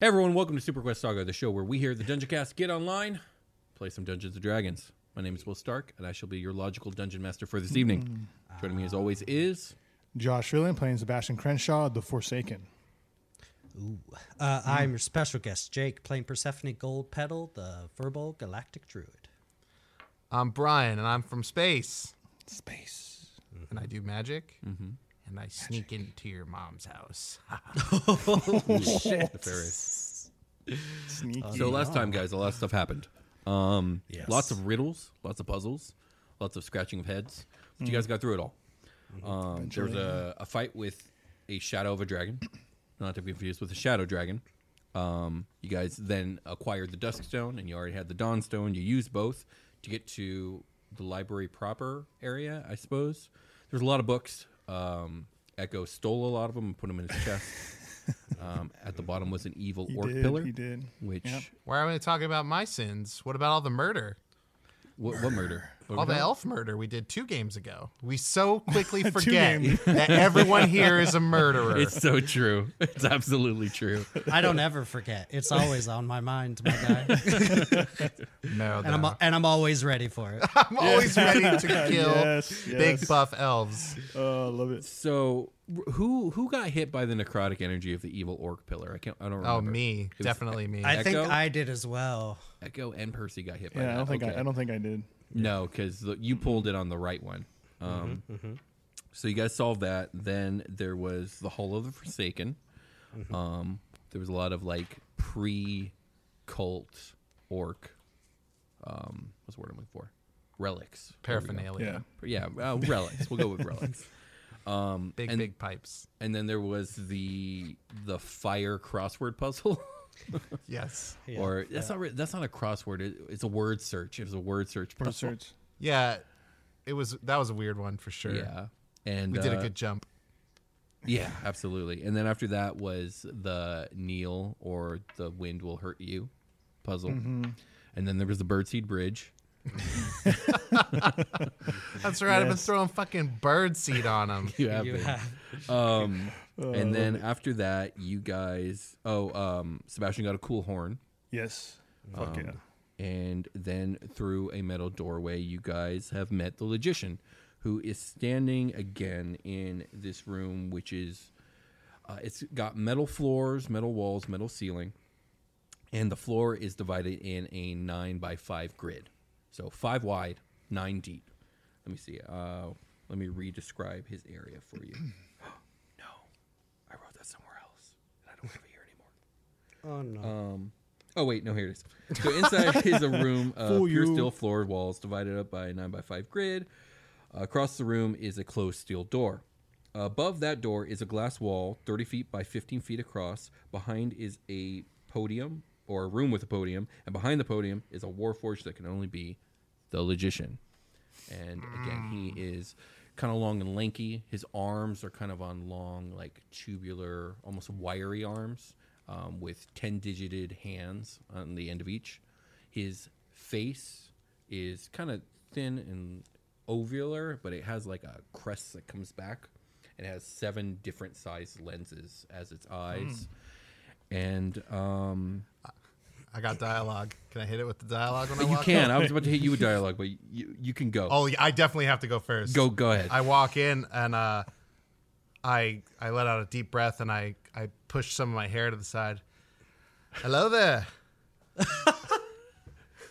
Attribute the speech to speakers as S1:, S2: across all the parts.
S1: Hey everyone, welcome to Super Quest Saga, the show where we here at the Dungeon Cast get online, play some Dungeons and Dragons. My name is Will Stark, and I shall be your logical dungeon master for this evening. Joining me as always is
S2: Josh Freeland playing Sebastian Crenshaw, The Forsaken.
S3: Uh,
S1: Hmm.
S3: I'm your special guest, Jake, playing Persephone Gold Petal, the verbal galactic druid.
S4: I'm Brian, and I'm from space,
S2: Space.
S4: and I do magic, and I sneak into your mom's house.
S1: the Fairies.
S2: Sneaky.
S1: So last time, guys, a lot of stuff happened. Um, Lots of riddles, lots of puzzles, lots of scratching of heads. But
S2: Mm-hmm.
S1: you guys got through it all. Um, there was a, a fight with a shadow of a dragon, not to be confused with a shadow dragon. Um, you guys then acquired the Dusk Stone, and you already had the Dawn Stone. You used both to get to the library proper area, I suppose. There's a lot of books. Um, Echo stole a lot of them and put them in his chest. Um, at the bottom was an evil
S2: he
S1: orc
S2: did,
S1: pillar,
S2: He did.
S1: which
S2: Yep.
S4: Why are we talking about my sins? What about all the murder?
S1: What, what murder? What
S4: All
S1: was
S4: the
S1: that?
S4: elf murder we did two games ago. We so quickly forget
S2: games.
S4: that everyone here is a murderer.
S1: It's so true. It's absolutely true.
S3: I don't ever forget. It's always on my mind, my guy.
S4: no,
S3: And I'm,
S4: no.
S3: and I'm always ready for it.
S4: I'm always ready to kill
S2: Yes,
S4: big
S2: yes.
S4: buff elves.
S2: Oh, I love it.
S1: So wh- who who got hit by the necrotic energy of the evil orc pillar? I can't. I don't remember.
S4: Oh, me,
S1: was-
S4: definitely me.
S3: I think
S1: Echo?
S3: I did as well.
S1: Echo and Percy got hit by that.
S2: Yeah, I don't think
S1: Okay.
S2: I, I don't think I did.
S1: No, because you pulled it on the right one. Um, So you guys solved that. Then there was the Hall of the Forsaken. Um, there was a lot of like pre-cult orc. Um, what's the word I'm looking for? Relics. There we go.
S2: Yeah.
S4: Paraphernalia,
S1: Yeah, uh, relics. We'll go with relics.
S4: big
S1: And-
S4: big pipes.
S1: and then there was the the fire crossword puzzle
S4: Yes.
S3: Yeah.
S1: or that's not re- that's not a crossword it, it's a word search it was a word search
S2: Word
S1: puzzle.
S2: search.
S4: Yeah, it was that was a weird one for sure.
S1: yeah and
S4: We did a
S1: uh,
S4: good jump.
S1: yeah absolutely and then after that was the kneel or the wind will hurt you puzzle
S3: Mm-hmm.
S1: and then there was the birdseed bridge
S4: That's right. I've been throwing fucking bird seed on them.
S1: you have
S3: You
S1: been.
S3: have-
S1: um
S4: Oh.
S1: and then after that you guys oh um sebastian got a cool horn
S2: Yes. Fuck yeah.
S1: And then through a metal doorway, you guys have met the logician, who is standing again in this room, which is uh, it's got metal floors, metal walls, metal ceiling, and the floor is divided in a nine by five grid, so five wide, nine deep. Let me see. Uh, let me re-describe his area for you. no, I wrote that somewhere else, and I don't have it here anymore.
S3: Oh, no.
S1: Oh wait, no, here it is. So inside is a room of
S2: Fool
S1: pure
S2: you.
S1: steel floor walls divided up by a nine by five grid. across the room is a closed steel door. Above that door is a glass wall, thirty feet by fifteen feet across. Behind is a podium or a room with a podium, and behind the podium is a warforge that can only be the logician. And again, he is kind of long and lanky. His arms are kind of on long, like tubular, almost wiry arms um, with 10 digited hands on the end of each. His face is kind of thin and ovular, but it has like a crest that comes back. It has seven different sized lenses as its eyes. And um,
S4: I got dialogue. Can I hit it with the dialogue when I
S1: you
S4: walk
S1: can.
S4: in?
S1: I was about to hit you with dialogue, but you, you can go.
S4: Oh, yeah, I definitely have to go first.
S1: Go, go ahead.
S4: I walk in and uh, I I let out a deep breath and I I push some of my hair to the side. Hello there.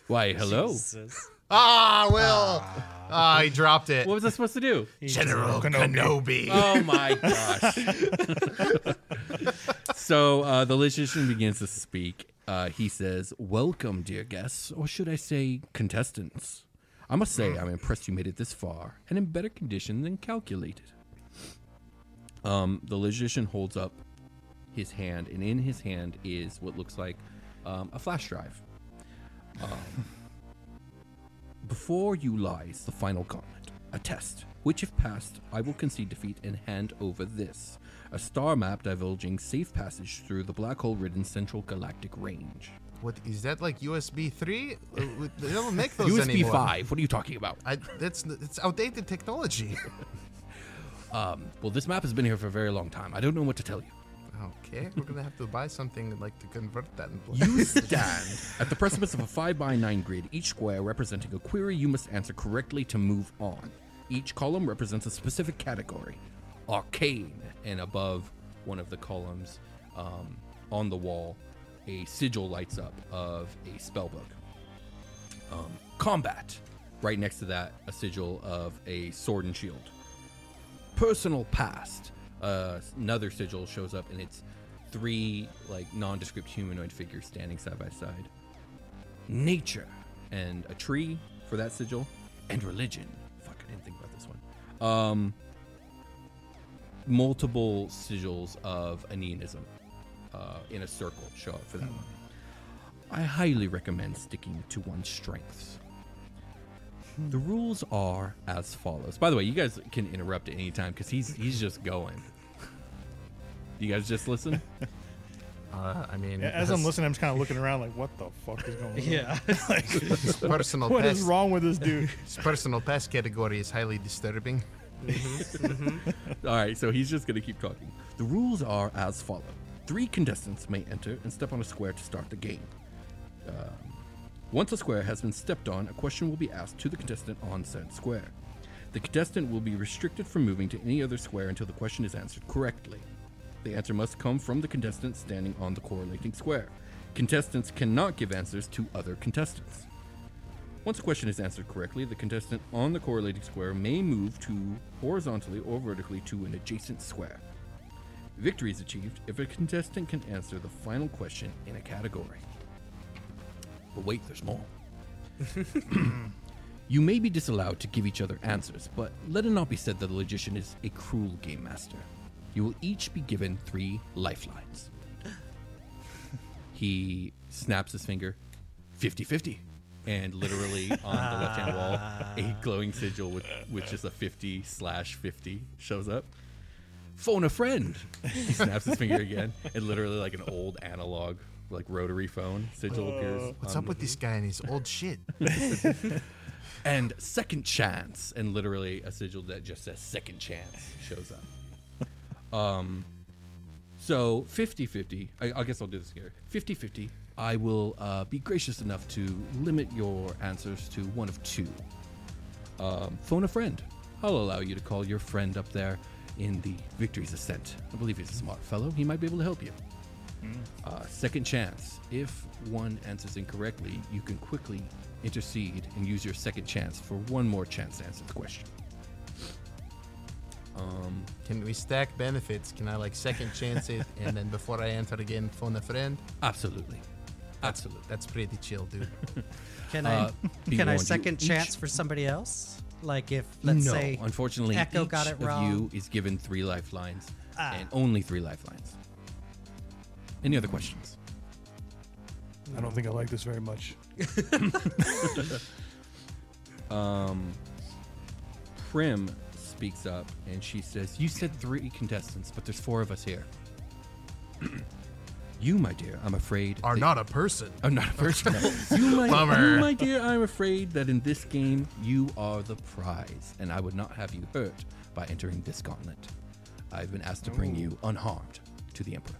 S1: Why, hello.
S3: Jesus.
S4: Ah, Will. Ah, he dropped it.
S1: What was I supposed to do?
S4: General Kenobi.
S1: Oh my gosh. so uh, the logician begins to speak. Uh, he says, Welcome, dear guests, or should I say, contestants. I must say, I'm impressed you made it this far and in better condition than calculated. Um, the logician holds up his hand, and in his hand is what looks like um, a flash drive. Before you lies the final gauntlet, a test, which, if passed, I will concede defeat and hand over this a star map divulging safe passage through the black hole ridden central galactic range. What
S4: Is that like USB three? Uh, They don't make those
S1: USB
S4: anymore.
S1: 5, what are you talking about?
S4: I, that's it's outdated technology.
S1: Well, this map has been here for a very long time. I don't know what to tell you.
S4: Okay, we're gonna have to buy something like to convert that. And
S1: You stand at the precipice of a 5 by 9 grid, each square representing a query you must answer correctly to move on. Each column represents a specific category arcane, and above one of the columns um, on the wall, a sigil lights up of a spellbook. Um, combat, right next to that, a sigil of a sword and shield personal past. Uh, another sigil shows up, and it's three like nondescript humanoid figures standing side by side. Nature and a tree for that sigil, and religion. Fuck, I didn't think about this one. Um, multiple sigils of Aeneanism uh, in a circle show up for that one. I highly recommend sticking to one's strengths. The rules are as follows. By the way, you guys can interrupt at any time because he's he's just going. You guys just listen.
S4: Uh, I mean,
S2: As I'm
S4: that's
S2: listening, I'm just kind of looking around, like, what the fuck is going on?
S3: Yeah.
S4: personal
S2: What
S4: pest,
S2: is wrong with this dude?
S4: his personal pest category is highly disturbing.
S1: All right, so he's just going to keep talking. The rules are as follow: three contestants may enter and step on a square to start the game. Um, Once a square has been stepped on, a question will be asked to the contestant on said square. The contestant will be restricted from moving to any other square until the question is answered correctly. The answer must come from the contestant standing on the correlating square. Contestants cannot give answers to other contestants. Once a question is answered correctly, the contestant on the correlating square may move to horizontally or vertically to an adjacent square. Victory is achieved if a contestant can answer the final question in a category. But wait, there's more. you may be disallowed to give each other answers, but let it not be said that the logician is a cruel game master. You will each be given three lifelines. he snaps his finger 50 50. And literally on the left hand wall, a glowing sigil with, with just a 50 slash 50 shows up. Phone a friend. He snaps his finger again, and literally, like an old analog, like rotary phone, sigil appears.
S4: What's
S1: on
S4: up with this guy and his old shit?
S1: and second chance and literally a sigil that just says second chance shows up um so 50 50 I, I guess i'll do this here 50 50 i will uh, be gracious enough to limit your answers to one of two um, phone a friend i'll allow you to call your friend up there in the victory's ascent i believe he's a smart fellow he might be able to help you uh, second chance. If one answers incorrectly, you can quickly intercede and use your second chance for one more chance to answer the question. Um,
S4: Can we stack benefits? Can I like second chance it and then before I enter again, phone a friend?
S1: absolutely, absolutely.
S4: That's pretty chill, dude.
S3: Can I
S1: Uh, be
S3: can I
S1: warned, you
S3: second
S1: each-
S3: chance for somebody else? Like if let's
S1: no,
S3: say
S1: unfortunately,
S3: Echo
S1: each
S3: got it
S1: of
S3: wrong.
S1: you is given three lifelines,
S3: Ah.
S1: and only three lifelines. Any other questions?
S2: I don't think I like this very much.
S1: Prim speaks up and she says, You said three contestants, but there's four of us here. you, my dear, I'm afraid.
S4: Are
S1: that-
S4: not a person.
S1: I'm Oh, not a person. you, my,
S4: Bummer.
S1: you, my dear, I'm afraid that in this game you are the prize, and I would not have you hurt by entering this gauntlet. I've been asked to bring you unharmed to the Emperor.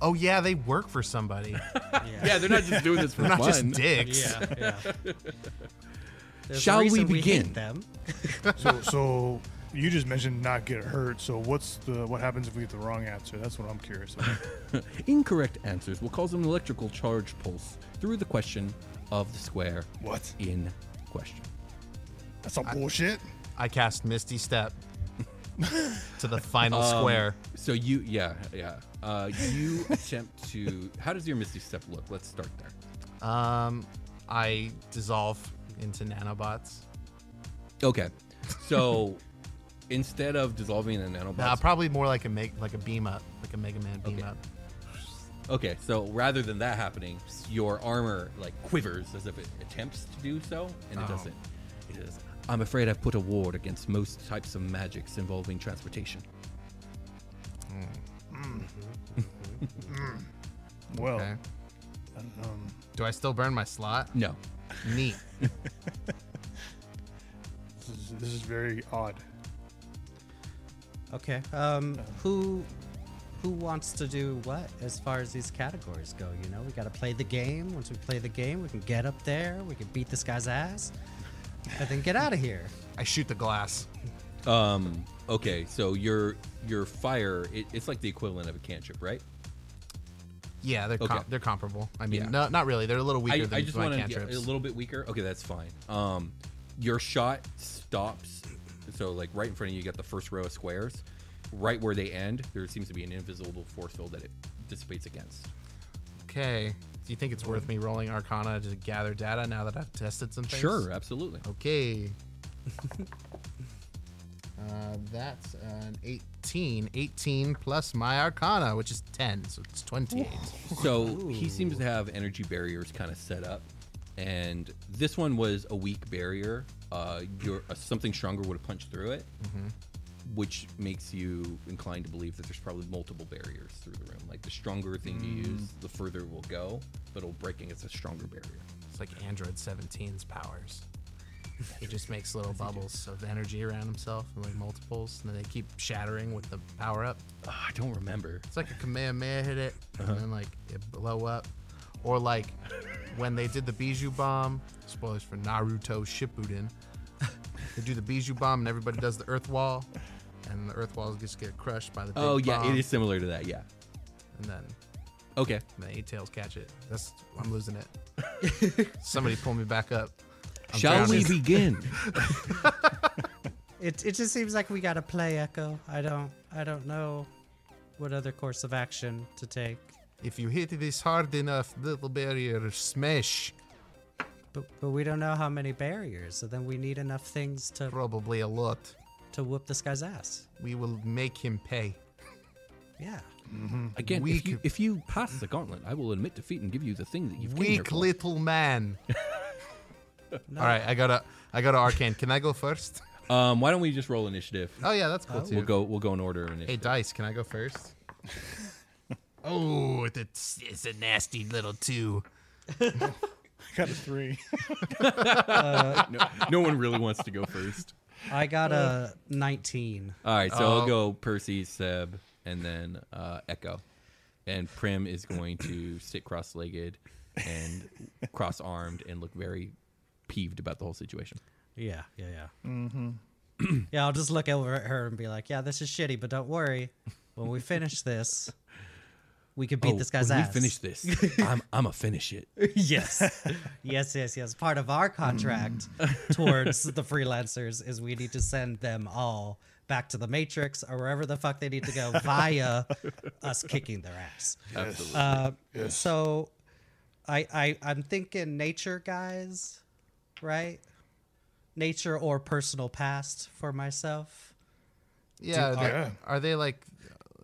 S4: Oh yeah, they work for somebody.
S3: yeah,
S1: they're not just doing this for
S4: They're not just dicks.
S3: yeah, yeah. There's a
S1: Shall we
S3: reason hate
S1: begin?
S3: them.
S2: So, so you just mentioned not get hurt. So what's the what happens if we get the wrong answer? That's what I'm curious about.
S1: Incorrect answers will cause an electrical charge pulse through the question of the square
S2: what?
S1: in question.
S2: That's some bullshit.
S4: I cast Misty Step to the final square.
S1: So you, yeah, yeah. Uh, you attempt to. How does your Misty Step look? Let's start there.
S4: Um, I dissolve into nanobots.
S1: Okay. So instead of dissolving in nanobots,
S4: Nah, probably more like a make like a beam up, like a Mega Man beam
S1: Okay.
S4: up.
S1: okay. So rather than that happening, your armor like quivers as if it attempts to do so, and it
S4: Oh.
S1: doesn't. It says, "I'm afraid I've put a ward against most types of magics involving transportation."
S2: Well,
S4: Okay.
S2: um,
S4: Do I still burn my slot?
S1: No.
S4: Neat.
S2: this is, this is very odd.
S3: Okay. Um, who who wants to do what as far as these categories go. You know, we got to play the game. Once we play the game, we can get up there, we can beat this guy's ass, and then get out of here.
S4: I shoot the glass.
S1: Um, okay, so your your fire it, it's like the equivalent of a cantrip, right?
S4: Yeah, they're com-
S1: Okay.
S4: they're comparable. I mean,
S1: Yeah.
S4: no, not really. They're a little weaker
S1: I,
S4: than
S1: I just
S4: my
S1: want to
S4: cantrips.
S1: a little bit weaker. Okay, that's fine. Um, your shot stops, so like right in front of you, you got the first row of squares. Right where they end, there seems to be an invisible force field that it dissipates against.
S4: Okay. Do you think it's worth me rolling Arcana to gather data now that I've tested some things?
S1: Sure, absolutely.
S4: Okay. uh, that's an 18. 18 plus my Arcana, which is 10, so it's 28.
S1: So he seems to have energy barriers kind of set up, and this one was a weak barrier. Uh, your uh, something stronger would have punched through it,
S4: Mm-hmm.
S1: which makes you inclined to believe that there's probably multiple barriers through the room. Like the stronger thing you
S4: Mm.
S1: use, the further it will go, but it'll break against a stronger barrier.
S4: It's like Android 17's powers. He just makes little bubbles of energy around himself and like multiples, and then they keep shattering with the power up.
S1: Ah, I don't remember.
S4: It's like a Kamehameha hit it,
S1: Uh-huh.
S4: and then like it blow up, or like when they did the Bijou bomb. Spoilers for Naruto Shippuden. they do the Bijou bomb, and everybody does the Earth Wall, and the Earth Walls just get crushed by the. Big
S1: Oh yeah,
S4: bomb,
S1: it is similar to that. Yeah.
S4: And then
S1: Okay.
S4: and the eight tails catch it. That's I'm losing it. Somebody pull me back up. I'm
S1: Shall we
S4: drowning.
S1: begin?
S3: It, it just seems like we got to play Echo. I don't I don't know what other course of action to take.
S4: If you hit this hard enough, little barrier smash.
S3: But, but we don't know how many barriers, so then we need enough things to
S4: Probably a lot.
S3: to whoop this guy's ass.
S4: We will make him pay.
S3: Yeah.
S1: Again,
S4: We
S1: if you,
S4: could-
S1: if you pass the gauntlet, I will admit defeat and give you the thing that you've came here
S4: Weak
S1: for.
S4: little man. All right, I gotta, I gotta arcane. Can I go first?
S1: Um, why don't we just roll initiative?
S4: Oh yeah, that's cool too.
S1: Uh, We'll go. We'll go in order.
S4: Hey
S1: Initiative.
S4: dice, can I go first? oh, it's it's a nasty little two.
S2: I got a three.
S1: No, no one really wants to go first.
S3: I got a 19.
S1: All right, so
S4: Oh.
S1: I'll go Percy, Seb, and then uh, Echo. And Prim is going to sit cross-legged and cross-armed and look very peeved about the whole situation.
S3: Yeah, yeah, yeah. Mm-hmm. yeah, I'll just look over at her and be like, "Yeah, this is shitty, but don't worry. When we finish this, we can beat
S1: Oh,
S3: this guy's
S1: when
S3: ass."
S1: We finish this. I'm I'm a finish it.
S3: yes, yes, yes, yes. Part of our contract
S1: Mm.
S3: towards the freelancers is we need to send them all back to the Matrix or wherever the fuck they need to go via us kicking their ass.
S1: Absolutely.
S3: Uh, So, I, I I'm thinking nature, guys, right? Nature or personal past for myself.
S4: Yeah,
S3: Dude,
S4: are,
S2: yeah.
S4: are they like,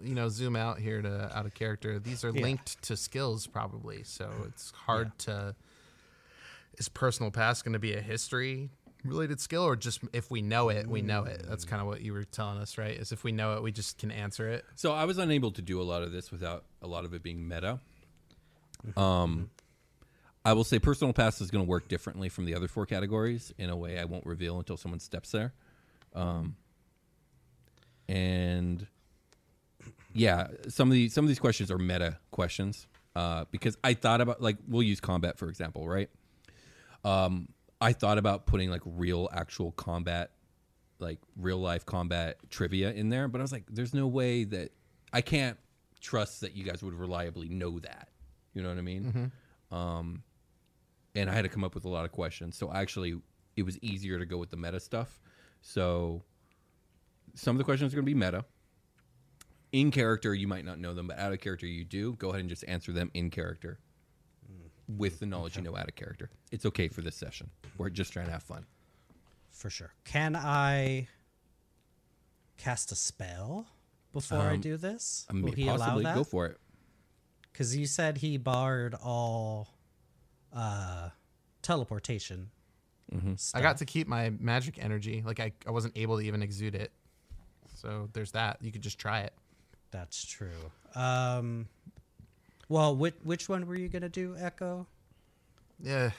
S4: you know, zoom out here to out of character? These are linked to skills probably, so it's hard to. Is personal past going to be a history related skill, or just if we know it, we know it? That's kind of what you were telling us, right? Is if we know it, we just can answer it.
S1: So I was unable to do a lot of this without a lot of it being meta. Um, I will say personal pass is going to work differently from the other four categories in a way I won't reveal until someone steps there. Um, and yeah, some of these some of these questions are meta questions uh, because I thought about like we'll use combat for example, right? Um, I thought about putting like real actual combat, like real life combat trivia in there, but I was like, there's no way that I can't trust that you guys would reliably know that. You know what I mean? Um, and I had to come up with a lot of questions. So actually, it was easier to go with the meta stuff. So some of the questions are going to be meta. In character, you might not know them, but out of character, you do. Go ahead and just answer them in character with the knowledge you know out of character. It's okay for this session. We're just trying to have fun.
S3: For sure. Can I cast a spell before I
S1: Um,
S3: do this?
S1: I mean, possibly go for it.
S3: Because you said he barred all uh, teleportation.
S4: I got to keep my magic energy. Like I, I wasn't able to even exude it. So there's that. You could just try it.
S3: That's true. Um, well, which which one were you gonna do, Echo?
S4: Yeah.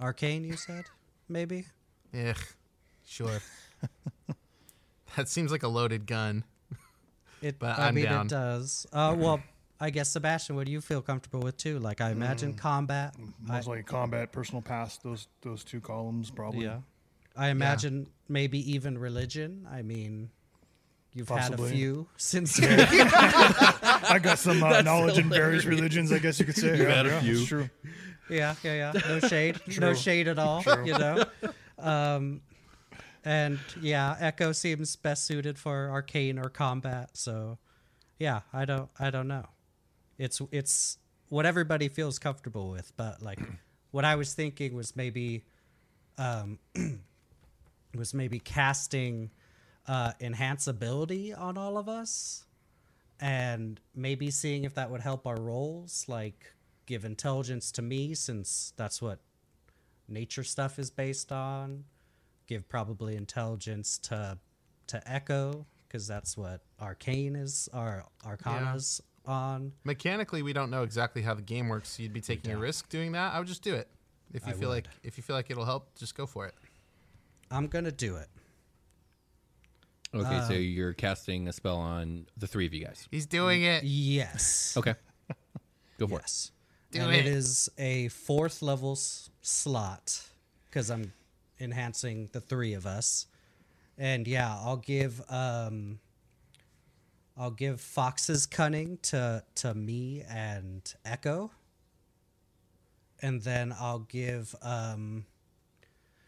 S3: Arcane, you said, maybe.
S4: Yeah. Sure. that seems like a loaded gun.
S3: It,
S4: But
S3: I
S4: I'm
S3: mean,
S4: down.
S3: it does. Uh, well, I guess Sebastian, what do you feel comfortable with too? Like, I imagine combat. I,
S2: Most likely combat, personal pass, those those two columns probably.
S3: yeah, I imagine maybe even religion. I mean, you've had
S2: Possibly.
S3: a few since.
S2: I got some uh, knowledge in various religions, I guess you could say. You
S1: had a few.
S2: true.
S3: Yeah, yeah, yeah. No shade. no shade at all. You know. Um, and yeah, Echo seems best suited for arcane or combat. So, yeah, I don't, I don't know. It's it's what everybody feels comfortable with. But like, what I was thinking was maybe, um, was maybe casting uh, enhance ability on all of us and maybe seeing if that would help our roles like give intelligence to me since that's what nature stuff is based on give probably intelligence to to echo because that's what arcane is or arcana's on
S4: Mechanically, we don't know exactly how the game works. So you'd be taking a risk doing that. I would just do it. If you feel like if you feel like it'll help, just go for it.
S3: i'm gonna do it
S1: Okay, so you're casting a spell on the three of you guys.
S4: He's doing it.
S3: yes
S1: Okay. Go for
S3: yes
S4: Do
S3: and it
S4: it.
S3: is a fourth level s- slot because i'm enhancing the three of us and yeah i'll give um i'll give fox's cunning to to me and echo and then i'll give um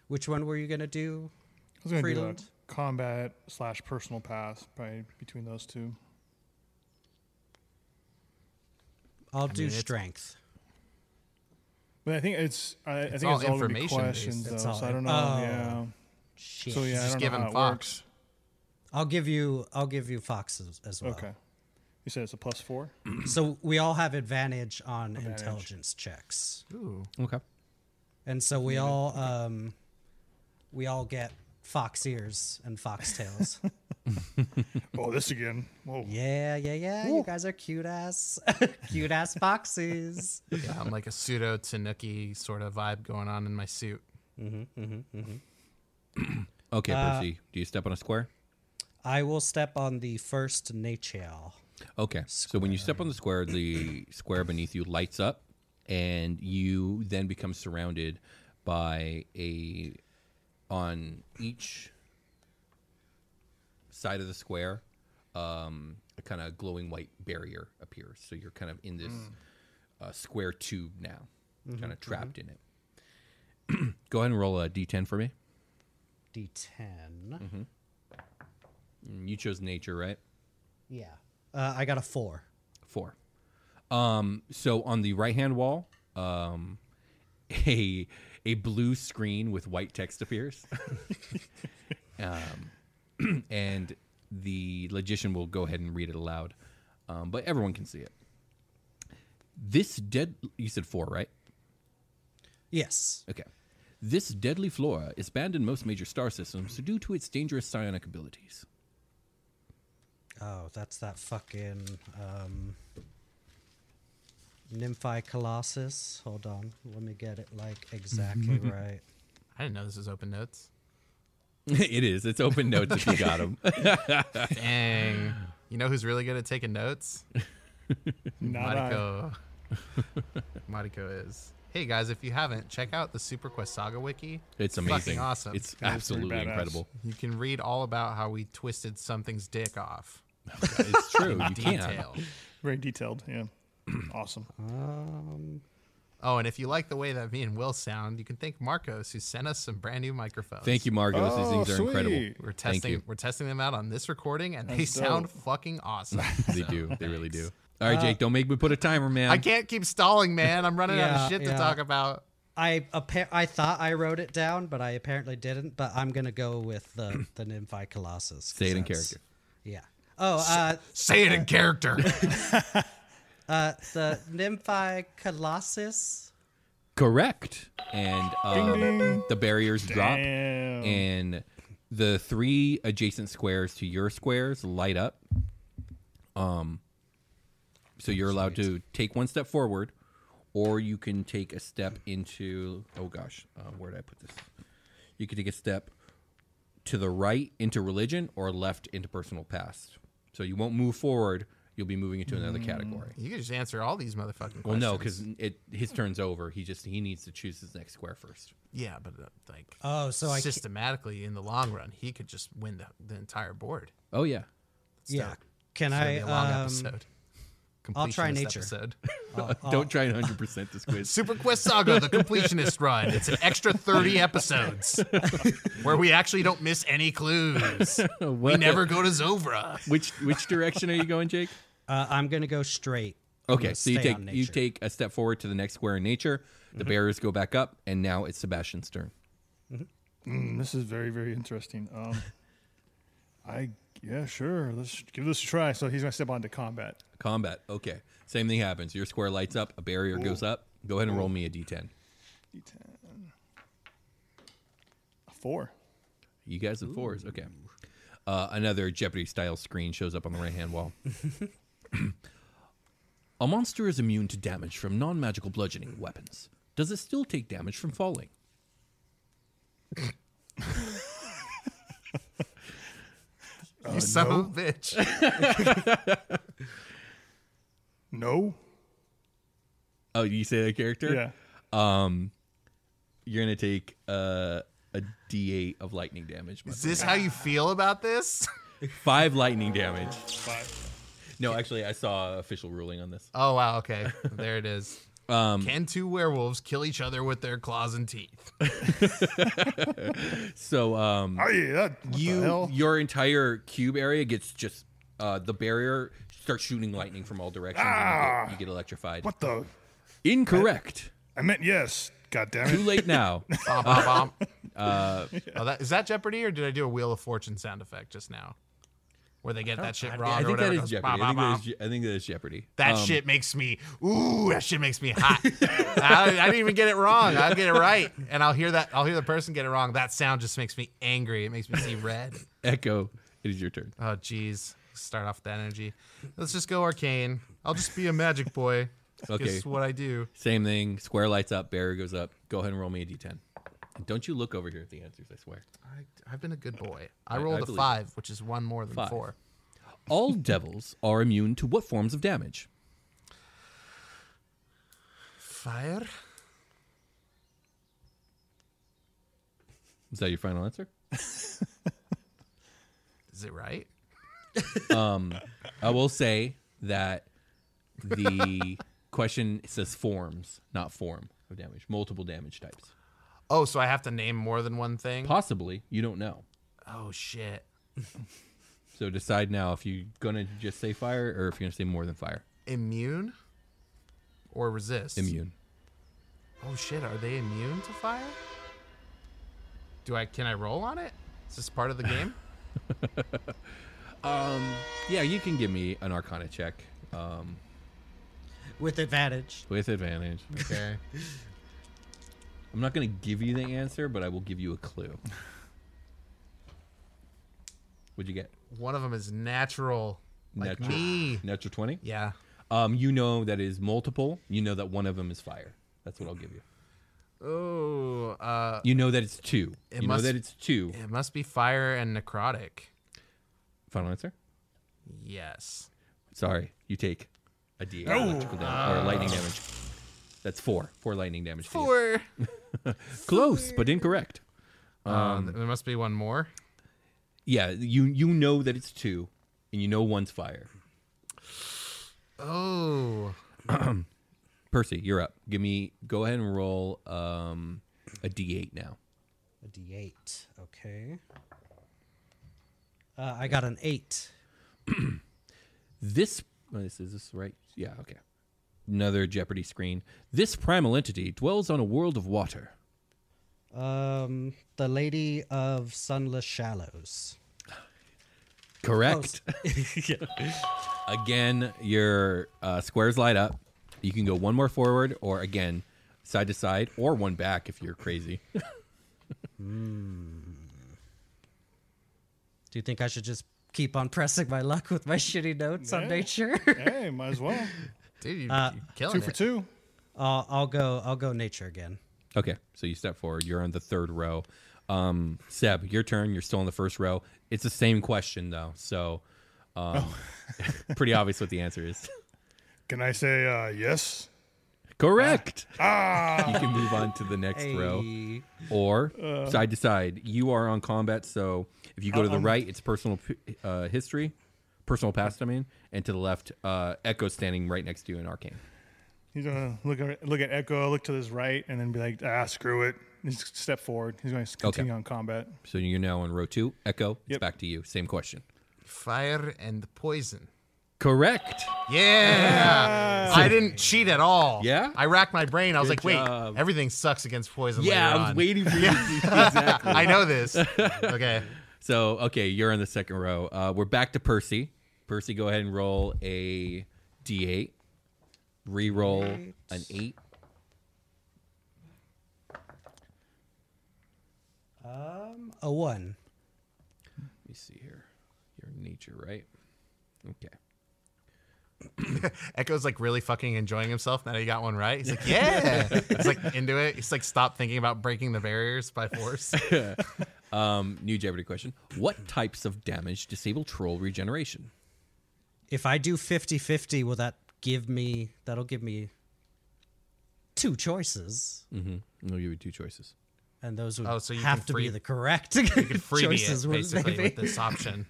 S3: which one were you gonna do
S2: I was going to do a
S3: Freeland?
S2: combat slash personal pass probably between those two.
S3: i'll do
S4: it's-
S3: strength
S2: But I think it's I, I think
S4: all
S2: it's all going to be
S4: information based.
S2: questions
S3: It's
S2: though,
S3: all Oh.
S2: so I
S3: in-
S2: don't know.
S3: Oh.
S2: Yeah.
S3: Shit.
S2: So yeah, I
S4: Just
S2: don't
S4: give
S2: know
S4: him
S2: how it
S4: Fox.
S2: works.
S3: i'll give you i'll give you foxes as well
S2: Okay. You said it's a plus four.
S3: so we all have advantage on intelligence checks
S4: Ooh.
S1: it. Okay.
S3: And so we all um we all get fox ears and foxtails.
S2: oh, this again. Whoa.
S3: yeah, yeah, yeah. You guys are cute ass cute ass foxes.
S4: Yeah, I'm like a pseudo Tanuki sort of vibe going on in my suit.
S1: Okay, Percy. Do you step on a square?
S3: I will step on the first Nachael.
S1: Okay. So when you step on the square, the square beneath you lights up, and you then become surrounded by a on each side of the square, um, a kind of glowing white barrier appears. So you're kind of in this uh, square tube now, kind of trapped in it. Go ahead and roll a d10 for me.
S3: D 10
S1: You chose nature, right?
S3: Yeah. Uh, I got a four.
S1: four. Um, so on the right hand wall, um, a a blue screen with white text appears, um, and the logician will go ahead and read it aloud, um, but everyone can see it. This dead you said four right?
S3: Yes.
S1: Okay. This deadly flora is banned in most major star systems due to its dangerous psionic abilities.
S3: Oh, that's that fucking um Nymphi Colossus. Hold on. Let me get it like exactly right.
S4: I didn't know this was open notes.
S1: it is. It's open notes if you got them.
S4: Dang. You know who's really good at taking notes?
S2: Not I.
S4: Mariko. Mariko is. Hey guys, if you haven't, check out the Super Quest Saga wiki.
S1: It's amazing.
S4: Fucking awesome.
S1: It's
S2: pretty
S1: absolutely
S2: badass.
S1: incredible.
S4: you can read all about how we twisted something's dick off.
S1: It's true. You can't.
S4: Detail.
S2: Very detailed. Yeah. awesome.
S3: Um
S4: Oh, and if you like the way that me and Will sound, you can thank Marcos who sent us some brand new microphones.
S1: Thank you, Margo. These
S2: Oh,
S1: things are incredible.
S2: sweet.
S4: We're
S1: Thank
S4: testing
S1: you.
S4: we're testing them out on this recording and they
S2: That's dope.
S4: sound fucking awesome.
S1: They do. They really do. All right, Jake. Don't make me put a timer, man.
S4: Uh, I can't keep stalling, man. I'm running out
S3: Yeah,
S4: of shit
S3: yeah.
S4: to talk about.
S3: I appa- I thought I wrote it down, but I apparently didn't. But I'm gonna go with the the Nymphi Colossus. 'cause
S1: Say it in
S3: that's-
S1: character.
S3: Yeah. Oh, uh,
S4: Say it in character.
S3: uh, the Nymphi Colossus.
S1: Correct. And um,
S2: ding.
S1: the barriers drop,
S2: Damn.
S1: and the three adjacent squares to your squares light up. Um, so you're allowed to take one step forward, or you can take a step into. Oh gosh, uh, where did I put this? You can take a step to the right into religion, or left into personal past. So you won't move forward. You'll be moving into
S2: Mm.
S1: another category.
S4: You could just answer all these motherfucking questions.
S1: Well, no, because it his turn's over. He just he needs to choose his next square first.
S4: yeah, but uh, like
S3: Oh, so I ca-
S4: systematically in the long run, he could just win the, the entire board.
S1: Oh yeah,
S3: yeah. Can
S4: It's gonna
S3: I?
S4: be a long
S3: um,
S4: episode.
S3: I'll try
S4: Completionist
S3: nature.
S4: Episode.
S3: Uh,
S1: don't try and hundred percent this quiz.
S4: Super Quest Saga: The Completionist Run. It's an extra thirty episodes where we actually don't miss any clues. We
S1: What-
S4: never go to Zovra.
S1: Which which direction are you going, Jake?
S3: Uh, I'm gonna go straight. I'm
S1: Okay,
S3: gonna
S1: so you
S3: stay
S1: take
S3: on
S1: you
S3: nature. Mm-hmm.
S1: take a step forward to the next square in nature. The barriers go back up, and now it's Sebastian's turn.
S2: Mm, this is very, very interesting. Um, I yeah, sure. Let's give this a try. So he's gonna step onto combat.
S1: Combat. Okay, same thing happens. Your square lights up, a barrier goes up. Go ahead and roll me a d10.
S2: D10. A Four.
S1: You guys in fours. Okay. Uh, another Jeopardy style screen shows up on the right hand wall. a monster is immune to damage from non magical bludgeoning weapons. Does it still take damage from falling?
S4: you son of a bitch.
S2: No.
S1: Oh, you say that character?
S2: Yeah.
S1: You're going to take uh, a d8 of lightning damage. my
S4: Is this how you feel about this?
S1: friend. Five lightning damage.
S2: Five.
S1: No, actually, I saw official ruling on this.
S4: Oh wow, okay, there it is. Can two werewolves kill each other with their claws and teeth?
S1: So, um,
S2: Oh yeah. That, what The
S1: you
S2: hell?
S1: your entire cube area gets just uh, the barrier starts shooting lightning from all directions and you get, you get electrified
S2: Ah! What the?
S1: incorrect
S2: I meant yes. God damn
S1: too
S2: it.
S1: late now
S4: Bom, bom, bom. oh, that, is that Jeopardy or did I do a Wheel of Fortune sound effect just now? Where they get that shit wrong
S1: i
S4: or
S1: think that
S4: whatever. it
S1: is
S4: goes,
S1: jeopardy
S4: bom,
S1: I think
S4: bom,
S1: that
S4: bom.
S1: is, Je- I think that is jeopardy
S4: That shit makes me ooh. That shit makes me hot. I, I didn't even get it wrong. I'll get it right, and I'll hear that. I'll hear the person get it wrong. That sound just makes me angry. It makes me see red.
S1: echo it is your turn
S4: Oh jeez. Start off with that energy. Let's just go arcane. I'll just be a magic boy.
S1: Okay.
S4: This is what I do.
S1: same thing square lights up barrier goes up go ahead and roll me a d10 And don't you look over here at the answers i swear
S4: I, I've been a good boy. I,
S1: I
S4: rolled a
S1: believe you.
S4: five, which is one more than
S1: Five.
S4: four.
S1: all devils are immune to what forms of damage
S4: Fire?
S1: is that your final answer
S4: Is it right?
S1: I will say that the question says forms, not form of damage. Multiple damage types.
S4: Oh, so I have to name more than one thing?
S1: Possibly, you don't know.
S4: Oh, shit.
S1: So decide now if you're gonna just say fire or if you're gonna say more than fire.
S4: Immune? Or resist?
S1: Immune.
S4: Oh, shit. Are they immune to fire? Do I, can I roll on it? Is this part of the game?
S1: Yeah, you can give me an Arcana check um,
S3: with advantage.
S1: with advantage.
S4: okay.
S1: I'm not gonna give you the answer, but I will give you a clue. What'd you get?
S4: One of them is natural. Like
S1: Natural.
S4: me.
S1: Natural twenty.
S4: Yeah.
S1: Um, you know that is multiple. You know that one of them is fire. That's what I'll give you.
S4: Oh, uh,
S1: You know that it's two.
S4: It
S1: you
S4: must-
S1: know that it's two.
S4: it must be fire and necrotic.
S1: Final answer.
S4: Yes.
S1: Sorry, you take a D
S2: No.
S1: electrical damage or lightning damage. That's four. Four lightning damage. to you.
S4: Ah. Four.
S1: Close, but incorrect.
S4: Um, there must be one more.
S1: Yeah, you you know that it's two, and you know one's fire.
S4: Oh.
S1: Percy, you're up. Give me. Go ahead and roll um, a D8 now.
S3: A D8. Okay. Uh, I got an eight.
S1: This oh, this is this right? Yeah, okay. Another Jeopardy screen. This primal entity dwells on a world of water.
S3: Um, the Lady of Sunless Shallows.
S1: Correct. Again, your uh, squares light up. You can go one more forward, or again, side to side, or one back if you're crazy.
S3: Do you think I should just keep on pressing my luck with my shitty notes on
S2: Yeah.
S3: nature?
S2: hey, might as well.
S4: Dude, you,
S1: Uh,
S4: you're killing
S2: Two
S4: it.
S2: for two.
S3: I'll, I'll go. I'll go nature again.
S1: okay, so you step forward. You're on the third row. Um, Seb, your turn. You're still in the first row. It's the same question though, so Um,
S2: Oh.
S1: pretty obvious what the answer is.
S2: Can I say uh, yes?
S1: Correct.
S2: Ah, Uh.
S1: You can move on to the next row.
S3: Hey.
S1: or side to side. You are on combat, so if you go to the right, it's personal p- uh, history, personal past. I mean, and to the left, uh, Echo standing right next to you in arcane.
S2: he's gonna look at look at Echo, look to his right, and then be like, ah, screw it. He's gonna step forward. He's going to continue on combat.
S1: So you're now on row two. Echo, it's
S2: Yep.
S1: back to you. Same question.
S4: Fire and poison.
S1: Correct.
S4: Yeah, I didn't cheat at all.
S1: Yeah?
S4: I racked my brain. I was
S1: Good
S4: like,
S1: job.
S4: wait, everything sucks against poison.
S1: Yeah,
S4: later
S1: I was
S4: on.
S1: waiting for you. exactly.
S4: I know this. Okay,
S1: So okay, you're in the second row. Uh, we're back to Percy. Percy, go ahead and roll a d8. Reroll an eight.
S3: A one.
S1: Let me see here. Your nature, right? Okay.
S4: Echo's like really fucking enjoying himself now. That he got one right. He's like, yeah. He's like into it. He's like, stop thinking about breaking the barriers by force.
S1: Um, new Jeopardy question. What types of damage disable troll regeneration?
S3: If I do 50-50, will that give me? That'll give me two choices,
S1: No, you have two choices.
S3: and those would
S4: Mm. Oh, so you
S3: have
S4: can
S3: to
S4: free-
S3: be the correct
S4: Freebie
S3: choices.
S4: it
S3: wouldn't they
S4: basically with
S3: be?
S4: this option.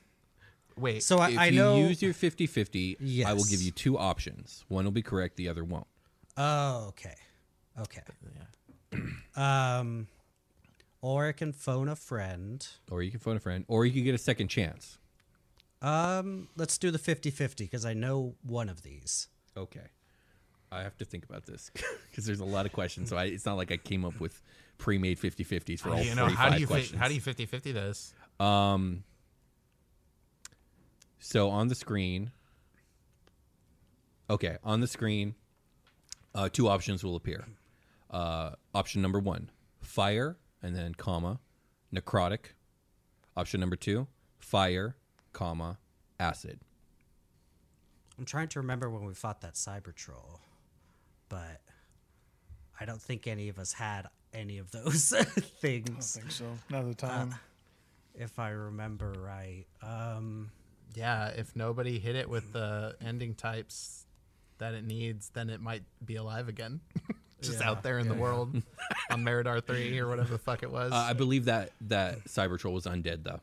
S4: Wait,
S3: So I,
S1: if
S3: I
S1: you
S3: know.
S1: use your 50-50, I will
S3: Yes.
S1: give you two options. One will be correct, the other won't.
S3: Oh, okay. Okay. um, or I can phone a friend.
S1: Or you can phone a friend, or you can get a second chance.
S3: Um, let's do the 50-50 because I know one of these.
S1: Okay. I have to think about this because there's a lot of questions. So I, it's not like I came up with pre-made 50-50s for all
S4: Oh, you know how
S1: 45
S4: do you fi-
S1: questions.
S4: how do you 50-50 this?
S1: So on the screen, okay, on the screen, uh, two options will appear. Uh, option number one, fire, and then comma, necrotic. Option number two, fire, comma, acid.
S3: I'm trying to remember when we fought that cyber troll, but I don't think any of us had any of those things,
S2: I think so. Now the time.
S3: if I remember right. Um,
S4: Yeah, if nobody hit it with the ending types that it needs, then it might be alive again. Just out there in the world on Meridar 3 or whatever the fuck it was.
S1: Uh, I believe that that cyber troll was undead though.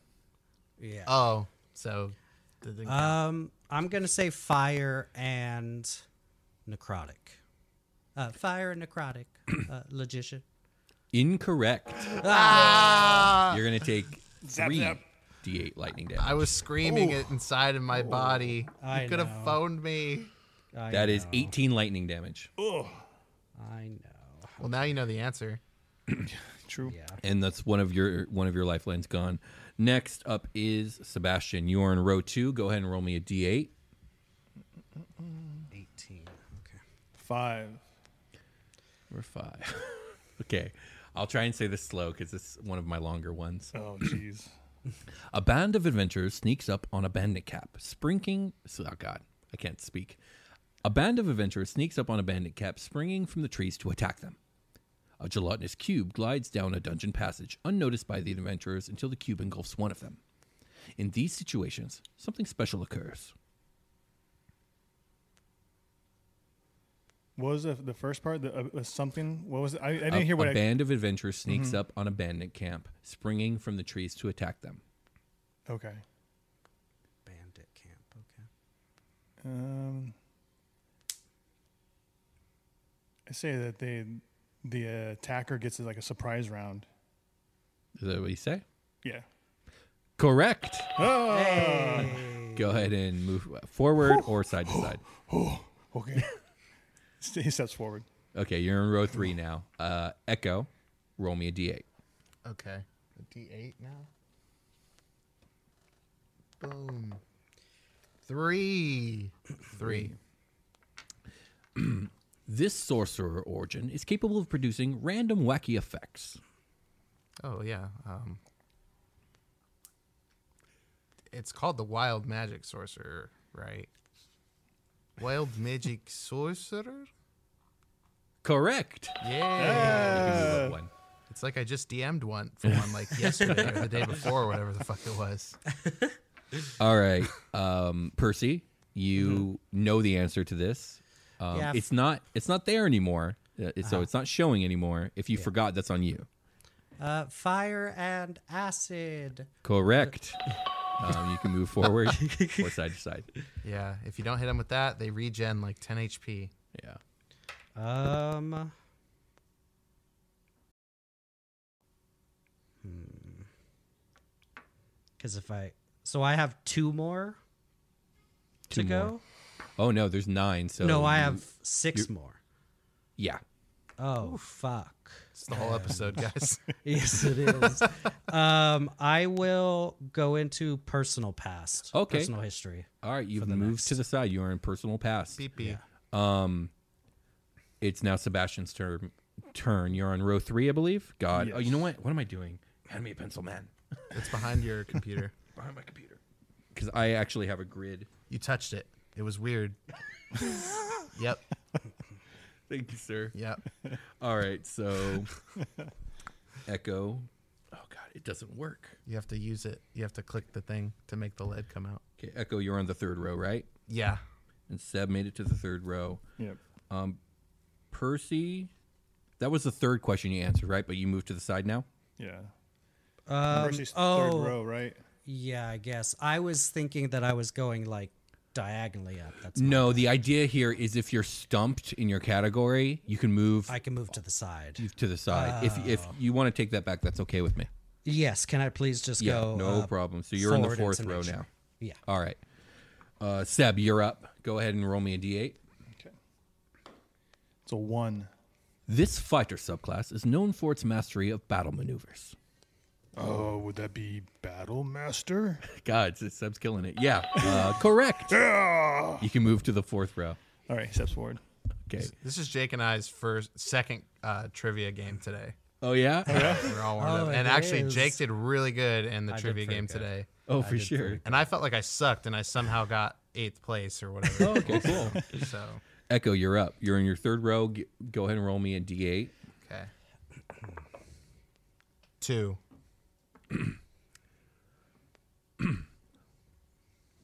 S3: yeah.
S1: Uh,
S4: oh, so that didn't count.
S3: Um, I'm gonna say fire and necrotic. Uh, fire and necrotic. uh, logician. Ah!
S1: Incorrect. Ah! You're gonna take three
S2: Uh, zap.
S1: d8 lightning damage.
S4: I was screaming it inside of my body.
S3: I
S4: you could
S3: know.
S4: have phoned me.
S3: I
S1: that is
S3: know,
S1: 18 lightning damage.
S3: I know.
S4: Well, now you know the answer.
S2: True.
S3: Yeah.
S1: and that's one of your one of your lifelines gone. Next up is Sebastian. You are in row two. Go ahead and roll me a d8.
S3: 18. Okay.
S2: Five.
S1: Or five. okay, I'll try and say this slow because it's one of my longer ones.
S2: Oh, jeez.
S1: A band of adventurers sneaks up on a bandit cap, sprinking. Oh God, I can't speak. A band of adventurers sneaks up on a bandit cap, springing from the trees to attack them. A gelatinous cube glides down a dungeon passage, unnoticed by the adventurers until the cube engulfs one of them. In these situations, something special occurs.
S2: What was the, the first part? The, uh, uh, something? What was it? I, I didn't
S1: A,
S2: hear what
S1: a
S2: I. Mm-hmm.
S1: band of adventurers sneaks up on a bandit camp, springing from the trees to attack them.
S2: Okay.
S3: Bandit camp. Okay.
S2: Um, I say that they, the uh, attacker gets like a surprise round.
S1: Is that what you say?
S2: Yeah.
S1: Correct.
S2: Oh,
S1: Go ahead and move forward or side to side.
S2: okay. he steps forward.
S1: Okay, you're in row three now. Uh, Echo, roll me a d8.
S4: Okay. A D8 now. Boom. Three. Three.
S1: This sorcerer origin is capable of producing random wacky effects.
S4: Oh yeah. Um, it's called the Wild Magic Sorcerer, right? Wild Magic Sorcerer.
S1: Correct.
S4: Yeah.
S1: You can move up one.
S4: It's like I just DM'd one for one like yesterday or the day before, or whatever the fuck it was.
S1: All right, um, Percy, you know the answer to this. Um,
S3: Mm-hmm. Yeah. Uh-huh.
S1: It's not. It's not there anymore. Uh, it- So it's not showing anymore. If you forgot, that's on you.
S3: Uh, fire and acid.
S1: Correct. um, you can move forward or side to side.
S4: Yeah, if you don't hit them with that, they regen like 10 HP.
S1: Yeah.
S3: Um. Because hmm. if I. So I have two more
S1: Two
S3: to
S1: more.
S3: go?
S1: Oh no, there's nine. So
S3: no, I
S1: you-
S3: have 6 more.
S1: Yeah.
S3: Oh, fuck.
S4: It's the whole episode, guys.
S3: Yes, it is. um, I will go into personal past.
S1: Okay.
S3: Personal history.
S1: All right, you've moved to the side. You are in personal pass.
S4: Beep beep.
S1: It's now Sebastian's turn. Turn. You're on row three, I believe. God. Oh, you know what? What am I doing? Hand me a pencil, man.
S4: It's behind your computer.
S1: Behind my computer. Because I actually have a grid.
S4: You touched it. It was weird. yep.
S1: Thank you, sir.
S4: Yep.
S1: All right, so Echo. Oh God, it doesn't work.
S4: You have to use it. You have to click the thing to make the lid come out.
S1: Okay, Echo, you're on the third row, right?
S4: Yeah.
S1: And Seb made it to the third row.
S2: Yep.
S1: Percy, that was the third question you answered, right? But you moved to the side now.
S2: Yeah.
S3: Um,
S2: Percy's
S3: oh,
S2: third row, right?
S3: yeah, I guess. I was thinking that I was going like diagonally up. That's
S1: No, the idea here is if you're stumped in your category, you can move
S3: I can move to the side.
S1: to the side. If if
S3: Oh.
S1: you want to take that back, that's okay with me.
S3: Yes, can I please just
S1: Yeah,
S3: go?
S1: no
S3: uh,
S1: problem. So you're in the
S3: forward
S1: fourth
S3: into
S1: row
S3: nature?
S1: now.
S3: Yeah.
S1: All right, uh, Seb, you're up. Go ahead and roll me a d8.
S2: Okay. It's a one.
S1: This fighter subclass is known for its mastery of battle maneuvers.
S2: Oh, would that be Battle Master?
S1: God, S- Seb's killing it. Yeah, uh, correct. You can move to the fourth row.
S2: All right, steps forward.
S1: Okay.
S4: This is Jake and I's first second uh, trivia game today.
S1: Oh yeah.
S4: We're all warmed
S3: Oh,
S4: up. And
S3: it
S4: actually
S3: is.
S4: Jake did really good in the
S3: did
S4: trivia
S3: pretty
S4: game
S3: good.
S4: today.
S1: Oh, for sure.
S4: And I felt like I sucked and I somehow got eighth place or whatever.
S1: Oh, okay, cool.
S4: So
S1: Echo, you're up. You're in your third row. G- go ahead and roll me a d8.
S4: okay. Two.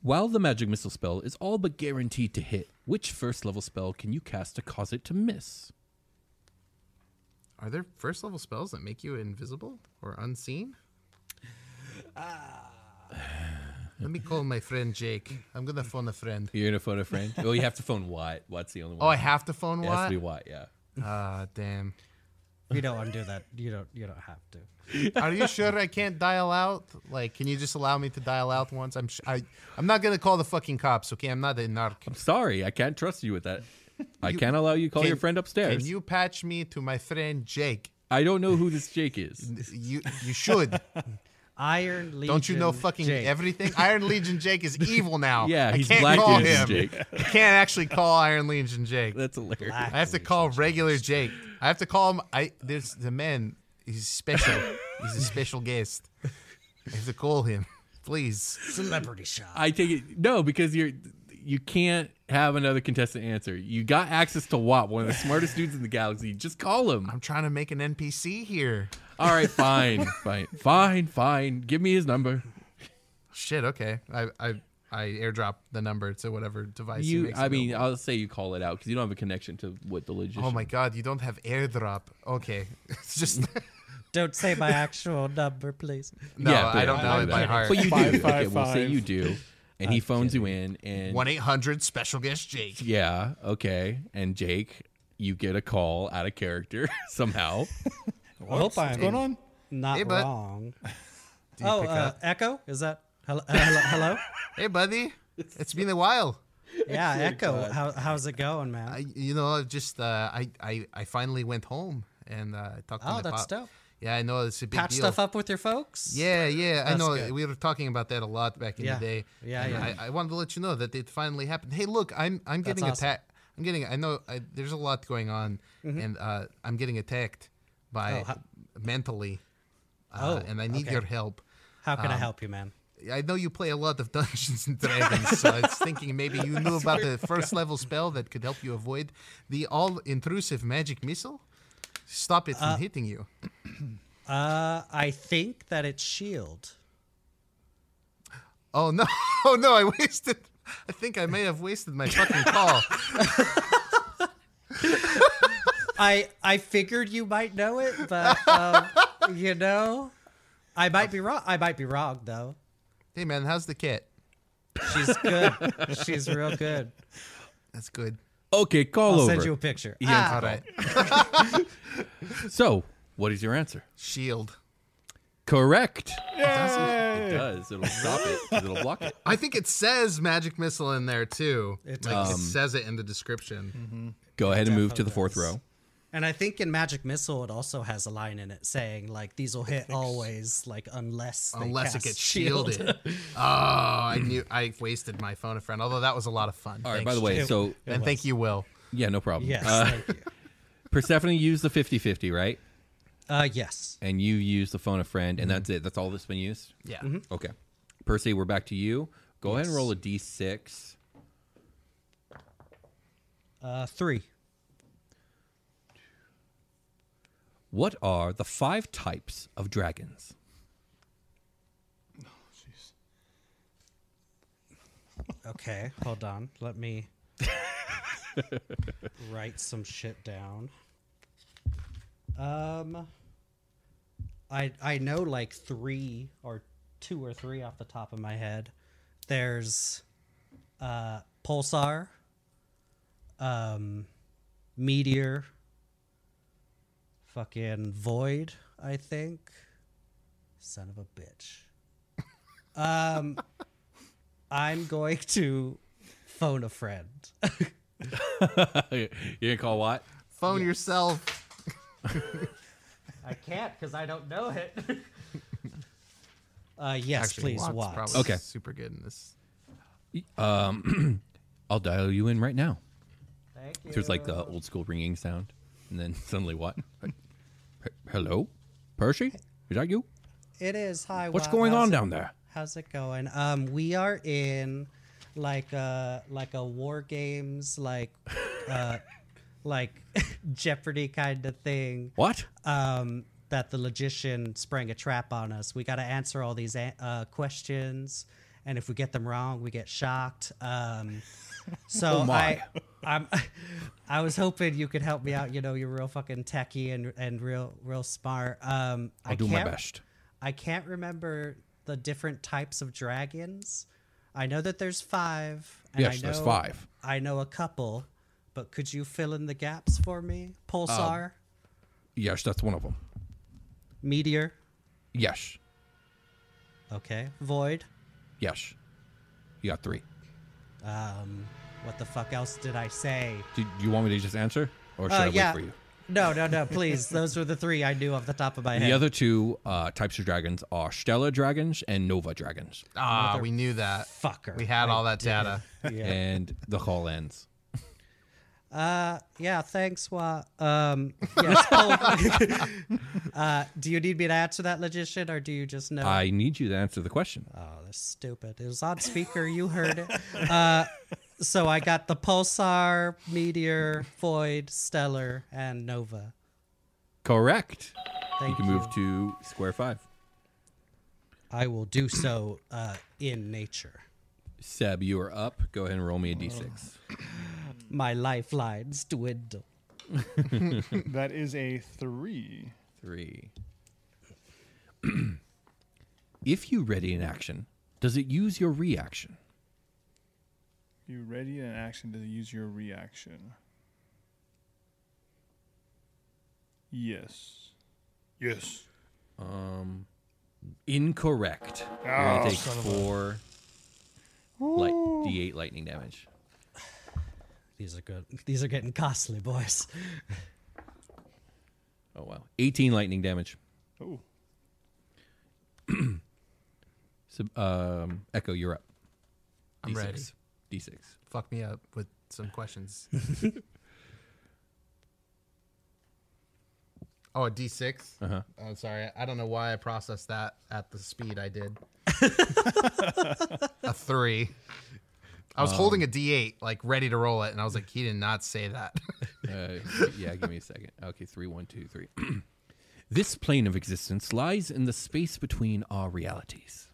S1: While the magic missile spell is all but guaranteed to hit, which first level spell can you cast to cause it to miss?
S4: Are there first level spells that make you invisible or unseen?
S1: Ah.
S4: Let me call my friend Jake. I'm gonna phone a friend.
S1: You're gonna phone a friend. well, you have to phone Watt. Watt's the only
S4: Oh, I
S1: one.
S4: have to phone
S1: it has to
S4: Watt.
S1: be Watt. Yeah.
S4: Ah, damn.
S3: You don't undo that. You don't. You don't have to.
S4: Are you sure I can't dial out? Like, can you just allow me to dial out once? I'm sh- I, I'm not gonna call the fucking cops. Okay, I'm not a narc.
S1: I'm sorry, I can't trust you with that. I can't allow you to call
S4: Can-
S1: your friend upstairs.
S4: Can you patch me to my friend Jake?
S1: I don't know who this Jake is.
S4: You you should.
S3: Iron Legion.
S4: Don't you know fucking
S3: Jake.
S4: everything? Iron Legion Jake is evil now.
S1: Yeah,
S4: I
S1: he's
S4: can't
S1: Black
S4: call
S1: Legion
S4: him.
S1: Jake.
S4: I can't actually call Iron Legion Jake.
S1: That's hilarious.
S3: Black
S4: I have to call regular Jake. I have to call him. I there's the man. He's special. He's a special guest. I have to call him, please.
S3: celebrity shot.
S1: I take it no because you're you can't have another contestant answer. You got access to Watt, one of the smartest dudes in the galaxy. Just call him.
S4: I'm trying to make an NPC here.
S1: All right, fine, fine, fine, fine. Give me his number.
S4: Shit. Okay. I I I airdrop the number to whatever device he
S1: You,
S4: makes
S1: I mean,
S4: available.
S1: I'll say you call it out because you don't have a connection to what the legit.
S4: Oh my god, you don't have airdrop. Okay. It's just
S3: Don't say my actual number, please.
S4: no,
S1: yeah,
S4: I
S1: but-
S4: don't know it by heart.
S1: But you do.
S2: Five,
S1: okay,
S2: five,
S1: we'll say
S2: five.
S1: you do, and he phones you in, and
S4: One eight hundred special guest Jake.
S1: yeah, okay, and Jake, you get a call out of character somehow.
S3: I hope I'm
S2: What's going on?
S3: not
S4: Hey, bud.
S3: wrong.
S4: you
S3: Oh,
S4: pick
S3: uh,
S4: up?
S3: Echo? Is that hello? Uh, hello? hello?
S4: Hey buddy, it's been a while.
S3: yeah, Echo. How, how's it going, man?
S4: I, you know, I just uh, I, I I finally went home and uh, I talked to
S3: Oh,
S4: my
S3: that's
S4: pop.
S3: dope.
S4: Yeah, I know it's a big
S3: Patch
S4: deal.
S3: stuff up with your folks?
S4: Yeah, yeah, I
S3: That's
S4: know.
S3: good.
S4: We were talking about that a lot back in
S3: Yeah.
S4: the day.
S3: Yeah,
S4: and
S3: yeah.
S4: I, I wanted to let you know that it finally happened. Hey, look, I'm I'm getting
S3: awesome. Mm-hmm.
S4: attacked. I'm getting. I know I, there's a lot going on, and uh, I'm getting attacked by
S3: Oh, ho-
S4: mentally,
S3: Oh,
S4: uh, and I need
S3: okay.
S4: your help.
S3: How
S4: um,
S3: can I help you, man?
S4: I know you play a lot of Dungeons and Dragons, so I was thinking maybe you knew about the first level spell that could help you avoid the all intrusive magic missile. Stop it from hitting you.
S3: E Uh, I think that it's shield.
S4: Oh no! Oh no! I wasted. I think I may have wasted my fucking call.
S3: I I figured you might know it, but um, you know, I might be wrong. I might be wrong though.
S4: hey man, how's the kit?
S3: She's good. She's real good.
S4: That's good.
S1: Okay, call
S3: I'll
S1: over.
S3: send you a picture.
S1: He answered
S3: Ah,
S4: All right.
S1: So, what is your answer?
S4: Shield.
S1: Correct. It does. It'll stop it. 'cause It'll block it.
S4: I think it says magic missile in there too.
S3: It
S4: like, it
S3: does. Mm-hmm.
S4: says it in the description.
S1: Go ahead and move to the
S3: definitely
S1: fourth
S3: does.
S1: row.
S3: and I think in Magic Missile it also has a line in it saying like these will hit always, like unless they
S4: Unless it
S3: cast
S4: gets
S3: shield.
S4: shielded. oh, I knew I wasted my phone a friend. Although that was a lot of fun.
S1: All right. by the way,
S3: It-
S1: so
S3: it
S4: and thank
S3: was.
S4: you, Will.
S1: yeah, no problem.
S3: Yes,
S1: Uh,
S3: thank you.
S1: Persephone used the 50-50, right?
S3: Uh, yes.
S1: And you used the phone a friend, and that's it. That's all that's been used.
S4: Yeah.
S1: Okay. Percy, we're back to you. Go ahead and roll a d6.
S3: Uh, three.
S1: What are the five types of dragons?
S3: Okay, hold on. Let me write some shit down. Um, I I know like three or two or three off the top of my head. There's uh, pulsar, um, meteor, fucking void. I think. Son of a bitch. Um. I'm going to phone a friend.
S1: You're gonna call what?
S4: Phone yourself.
S3: I can't because I don't know it. uh, yes,
S4: Actually,
S3: please
S4: Watt's
S3: watch.
S4: Probably
S1: Okay.
S4: Super good in this.
S1: I'll dial you in right now.
S3: Thank you.
S1: So it's like the old school ringing sound, and then suddenly what? H- Hello, Percy? Is that you?
S3: It is. Hi.
S1: What's
S3: Watt.
S1: going
S3: How's
S1: on
S3: it-
S1: down there?
S3: How's it going? Um, we are in like a like a war games like uh like Jeopardy kind of thing.
S1: What?
S3: um, that the logician sprang a trap on us. We got to answer all these a- uh, questions, and if we get them wrong, we get shocked. Um, so
S1: Oh my.
S3: I, I'm, I was hoping you could help me out. You know, you're real fucking techie and and real real smart. Um,
S1: I'll do my best.
S3: I can't remember the different types of dragons. I know that there's five. And
S1: Yes,
S3: I know,
S1: there's five.
S3: I know a couple, but could you fill in the gaps for me? Pulsar,
S1: Um, Yes, that's one of them.
S3: meteor.
S1: Yes,
S3: Okay. Void.
S1: yes. You got three.
S3: Um, what the fuck else did I say?
S1: Do you want me to just answer, or should
S3: Uh,
S1: I
S3: yeah.
S1: wait for you?
S3: No, no, no. Please, those were the three I knew off the top of my head.
S1: The other two uh, types of dragons are Stellar dragons and Nova dragons,
S4: Ah, we knew that.
S3: fucker.
S4: We had all that data.
S3: Yeah.
S1: and the Hall ends.
S3: Uh, yeah. Thanks, Wa. Um, yes. Paul- uh, do you need me to answer that logician, or do you just know?
S1: I need you to answer the question.
S4: Uh,
S3: oh, that's stupid. It was on speaker. You heard it. Uh, so I got the pulsar, meteor, void, stellar, and nova.
S1: Correct.
S3: Thank
S1: you can move to square five.
S3: I will do so uh, in nature.
S1: Seb, you are up. Go ahead and roll
S4: Oh.
S1: me a d6.
S3: my lifelines dwindle.
S2: That is a three.
S1: Three. if you ready an action, does it use your reaction?
S2: You ready in action to use your reaction? Yes. Yes.
S1: Incorrect. You're
S4: Oh,
S1: gonna take four light d8 lightning damage.
S3: These are good. These are getting costly, boys.
S1: Oh wow, 18 lightning damage.
S2: Oh,
S1: Seb- um, Echo, you're up.
S4: I'm ready.
S1: D6.
S4: Fuck me up with some questions. oh, a D6? Uh-huh. I'm sorry. I don't know why I processed that at the speed I did. a three. I was holding a D8, like ready to roll it, and I was like, he did not say that.
S1: Uh, yeah, give me a second. Okay, three, one, two, three. this plane of existence lies in the space between our realities.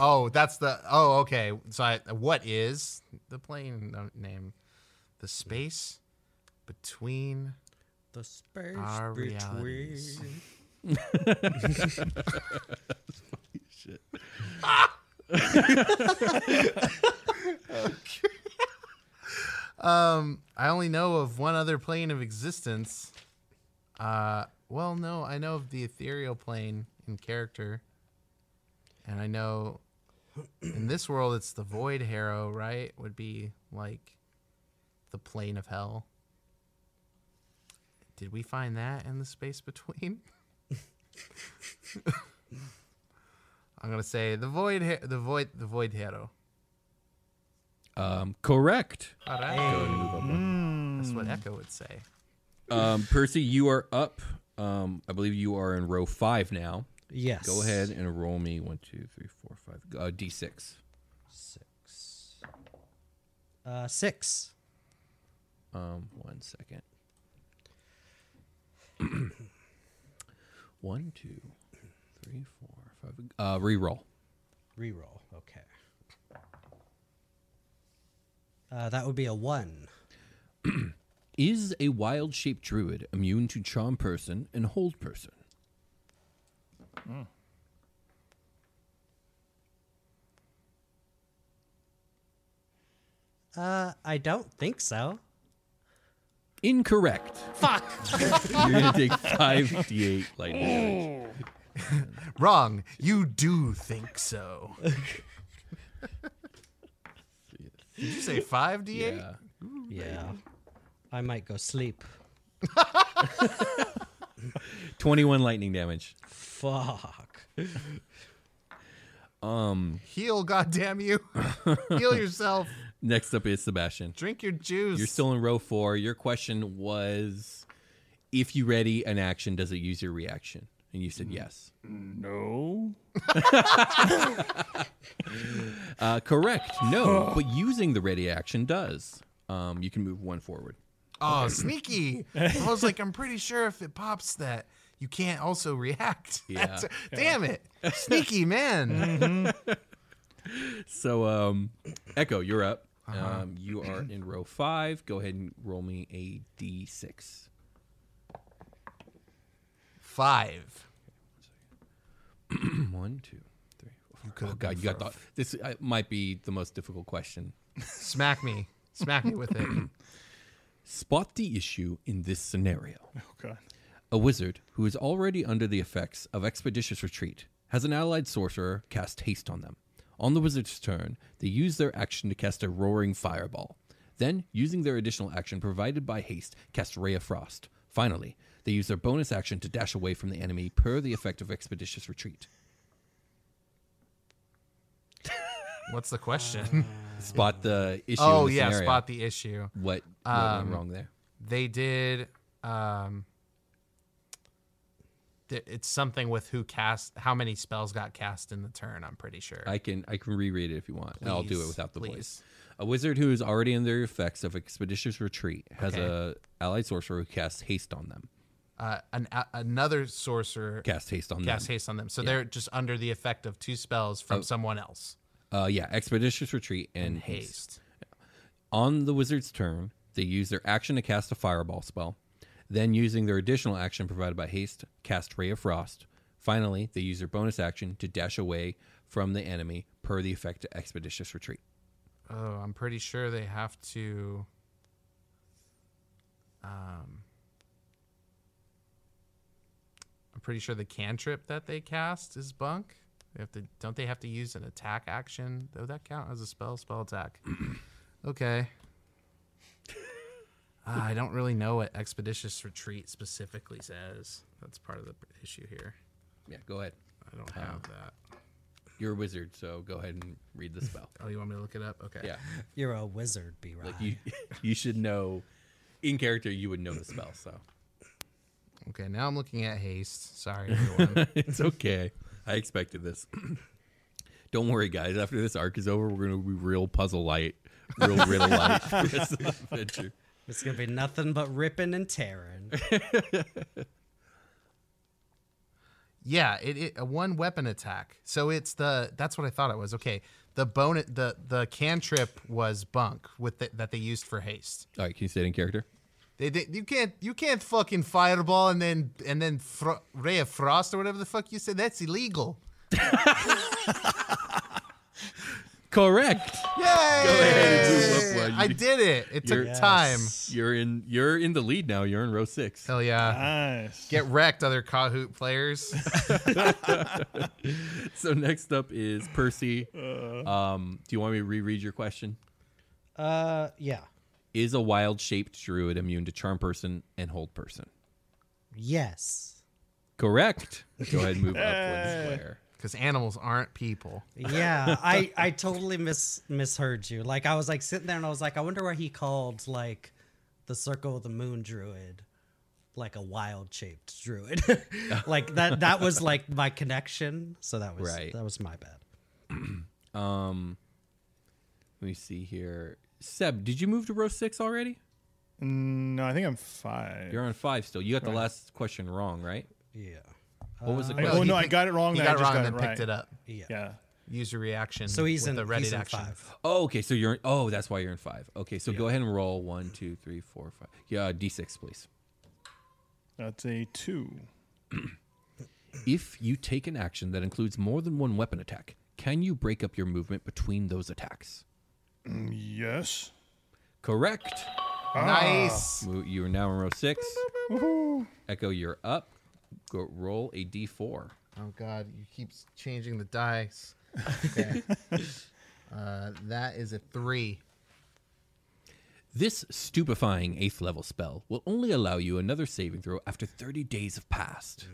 S4: oh, that's the. Oh, okay. So, I, what is the plane no- name? The space between.
S3: The space
S4: Our
S3: between.
S4: realities. Um, I only know of one other plane of existence. Uh, well, no, I know of the ethereal plane in character, and I know in this world it's the void harrow, right? Would be like the plane of hell. Did we find that in the space between? I'm gonna say the void, Har- the void, the void harrow.
S1: Um, correct.
S4: All right, that's what Echo would say.
S1: Um, Percy, you are up. Um, I believe you are in row five now.
S3: Yes.
S1: Go ahead and roll me one, two, three, four, five. Uh, D6.
S3: Six. Uh, six.
S1: Um, one second. one, two, three, four, five. Uh, reroll.
S3: Reroll. Okay. Uh, that would be a one.
S1: Is a wild shaped druid immune to charm person and hold person?
S3: Uh, I don't think so.
S1: Incorrect. Fuck. You're gonna take five d8 lightning damage.
S4: Wrong. You do think so. Did you say five d eight?
S1: Yeah.
S3: Yeah. I might go sleep.
S1: Twenty-one lightning damage.
S3: Fuck.
S4: Heal, goddamn you! Heal yourself.
S1: Next up is Sebastian.
S4: Drink your juice.
S1: You're still in row four. Your question was, if you ready an action, does it use your reaction? And you said yes.
S2: No.
S1: Uh, correct. No, but using the ready action does. Um, you can move one forward.
S4: oh, sneaky! I was like, I'm pretty sure if it pops that you can't also react. That's- Damn it, sneaky man!
S1: So, um, Echo, you're up. Um, you are in row five. Go ahead and roll me a d6.
S4: Five.
S1: One, two, three. Four. Oh God, you got thought. This uh, might be the most difficult question.
S4: Smack me. Smack me with it.
S1: Spot the issue in this scenario.
S2: Oh God.
S1: A wizard who is already under the effects of expeditious retreat has an allied sorcerer cast haste on them. On the wizard's turn, they use their action to cast a roaring fireball. Then, using their additional action provided by haste, cast Ray of Frost. Finally, they use their bonus action to dash away from the enemy per the effect of expeditious retreat.
S4: What's the question?
S1: Spot the issue. in
S4: oh
S1: the
S4: yeah,
S1: scenario.
S4: spot Um, the issue.
S1: what, what went wrong there.
S4: they did um th- it's something with who cast how many spells got cast in the turn i'm pretty sure
S1: I can I can reread it if you want. I'll do it
S4: Please,
S1: without the voice.
S4: please.
S1: A wizard who is already in the effects of expeditious retreat has
S4: Okay.
S1: a allied sorcerer who casts haste on them.
S4: uh, an, a, another sorcerer
S1: Cast haste on
S4: cast
S1: them.
S4: haste on them so they're just under the effect of two spells
S1: Oh.
S4: from someone else
S1: Uh, yeah, expeditious retreat and, haste.
S4: haste
S1: On the wizard's turn, they use their action to cast a fireball spell. Then, using their additional action provided by haste, cast ray of frost. Finally, they use their bonus action to dash away from the enemy per the effect of expeditious retreat.
S4: oh i'm pretty sure they have to um i'm pretty sure the cantrip that they cast is bunk they have to don't they have to use an attack action Does that count as a spell spell attack okay Ah, i don't really know what expeditious retreat specifically says that's part of the issue here
S1: Yeah, go ahead.
S4: i don't have that
S1: You're a wizard, so go ahead and read the spell.
S4: oh you want me to look it up okay
S1: Yeah.
S3: You're a wizard, B Rod.
S1: Like you, you should know. In character, you would know the spell, so
S4: okay now i'm looking at haste sorry everyone
S1: it's okay. I expected this. Don't worry, guys. After this arc is over, we're gonna be real puzzle light, real riddle light for the rest of the adventure.
S3: It's gonna be nothing but ripping and tearing.
S4: Yeah, it, it a one weapon attack. So it's the that's what I thought it was. Okay, the bonus the the cantrip was bunk with the, that they used for haste.
S1: All right, can you say it in character?
S4: They, they you can't you can't fucking fireball and then and then fro- ray of frost or whatever the fuck you said. That's illegal.
S1: Correct.
S4: Yay!
S1: ahead and move up one.
S4: I did it. It took
S1: You're-
S4: time.
S1: You're in. You're in the lead now. You're in row six.
S4: Hell yeah.
S2: Nice.
S4: Get wrecked, other Kahoot players.
S1: So next up is Percy. Um, do you want me to reread your question?
S3: Uh, yeah.
S1: Is a wild shaped druid immune to charm person and hold person?
S3: Yes.
S1: Correct. Go ahead and move up one square.
S4: Because animals aren't people.
S3: Yeah, I I totally mis misheard you. Like I was like sitting there and I was like, I wonder why he called like the circle of the moon druid like a wild shaped druid. like that that was like my connection. So that was
S1: Right.
S3: that was my bad.
S1: Let me see here. Seb, did you move to row six already?
S2: No, I think I'm five.
S1: You're on five still. You got the last question wrong, right?
S3: Yeah.
S1: What was the
S2: I-
S1: question?
S2: oh
S4: he
S2: no, I
S4: picked-
S2: got it wrong.
S4: He
S2: then
S4: got
S2: I
S4: it
S2: just
S4: wrong
S2: got
S4: and then
S2: right.
S4: picked it up.
S3: Yeah.
S2: Yeah.
S4: Use your reaction.
S3: So he's
S4: with
S3: in
S4: the Reddit
S3: he's in
S4: action.
S3: five.
S1: Oh, okay. So you're. Oh, that's why you're in five. Okay, so go ahead and roll one, two, three, four, five. Yeah, d6, please.
S2: That's a two.
S1: If you take an action that includes more than one weapon attack, can you break up your movement between those attacks?
S2: Yes.
S1: Correct.
S2: Oh.
S4: Nice.
S1: Mo- You are now in row six. Echo, you're up. Go roll a d4.
S4: Oh god, you keep changing the dice. Okay. uh, that is a three.
S1: This stupefying eighth level spell will only allow you another saving throw after 30 days have passed.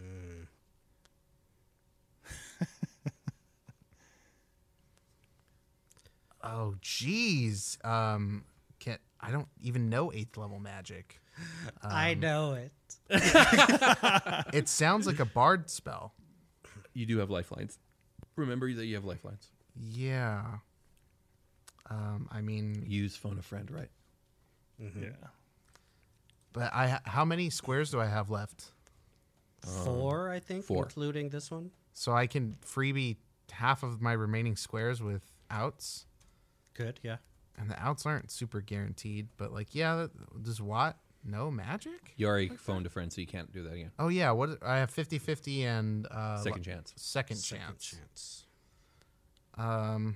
S4: Oh jeez. Um, can't. I don't even know eighth level magic.
S1: Um,
S3: I know it.
S4: It sounds like a bard spell.
S1: You do have lifelines. Remember that you have lifelines.
S4: Yeah. Um, I mean,
S1: Use phone a friend, right?
S2: Yeah.
S4: but I how many squares do I have left?
S3: Four, I think,
S1: four.
S3: including this one.
S4: So I can freebie half of my remaining squares with outs,
S3: Good, yeah.
S4: and the outs aren't super guaranteed. But like, yeah, does Watt know magic?
S1: You already phoned a friend, so you can't do that again.
S4: Oh yeah, what I have 50-50 and uh,
S1: Second
S4: lo-
S1: chance.
S4: Second,
S3: Second
S4: chance.
S3: chance.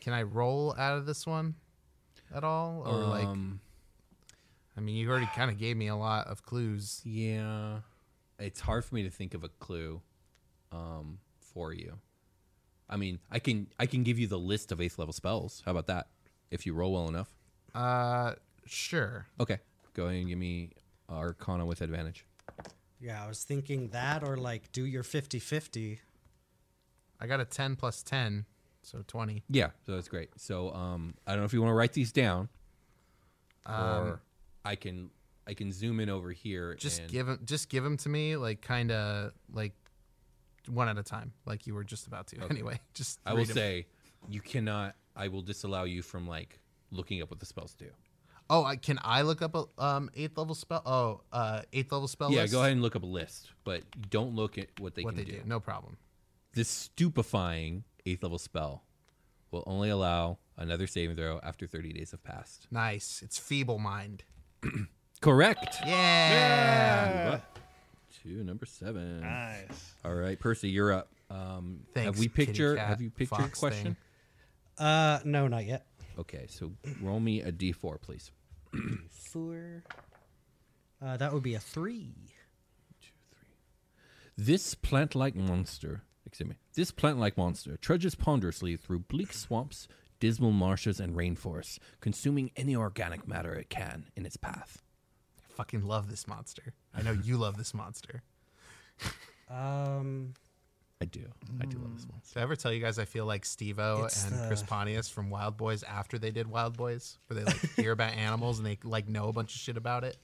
S4: Can I roll out of this one at all, or like?
S1: Um,
S4: I mean, you already kind of gave me a lot of clues.
S1: yeah. It's hard for me to think of a clue um, for you. I mean, I can I can give you the list of eighth level spells. How about that? If you roll well enough.
S4: Uh, sure.
S1: Okay. Go ahead and give me Arcana with advantage.
S3: Yeah, I was thinking that or like do your 50-50.
S4: I got a ten plus ten, so twenty.
S1: Yeah, so that's great. So um, I don't know if you want to write these down, or I can I can zoom in over here.
S4: Um, Just
S1: and,
S4: give 'em give them, just give them to me, like kind of like one at a time, like you were just about to. Anyway, just
S1: I will
S4: read 'em.
S1: say you cannot. I will disallow you from like looking up what the spells do.
S4: Oh, I, can I look up a um eighth level spell? Oh, uh, eighth level spell.
S1: yeah,
S4: list?
S1: go ahead and look up a list, but don't look at what they
S4: What
S1: can
S4: they
S1: do.
S4: do? No problem.
S1: This stupefying eighth level spell will only allow another saving throw after 30 days have passed.
S4: Nice. It's feeble mind.
S1: Correct.
S4: Yeah.
S1: To number seven.
S2: Nice.
S1: All right, Percy, you're up. Um, have
S4: Thanks,
S1: we
S4: kitty
S1: picked your
S4: cat
S1: Have you picked your
S4: fox
S1: question?
S4: thing.
S3: Uh, no, not yet.
S1: Okay, so roll me a d4, please.
S3: Four. Uh, that would be a three.
S1: This plant-like monster, excuse me, this plant-like monster trudges ponderously through bleak swamps, dismal marshes, and rainforests, consuming any organic matter it can in its path.
S4: I fucking love this monster. I know you love this monster.
S3: Um,
S1: I do, I do love this one.
S4: Did I ever tell you guys I feel like Steve O
S3: It's
S4: and Chris
S3: the-
S4: Pontius from Wild Boys after they did Wild Boys, where they like hear about animals and they like know a bunch of shit about it?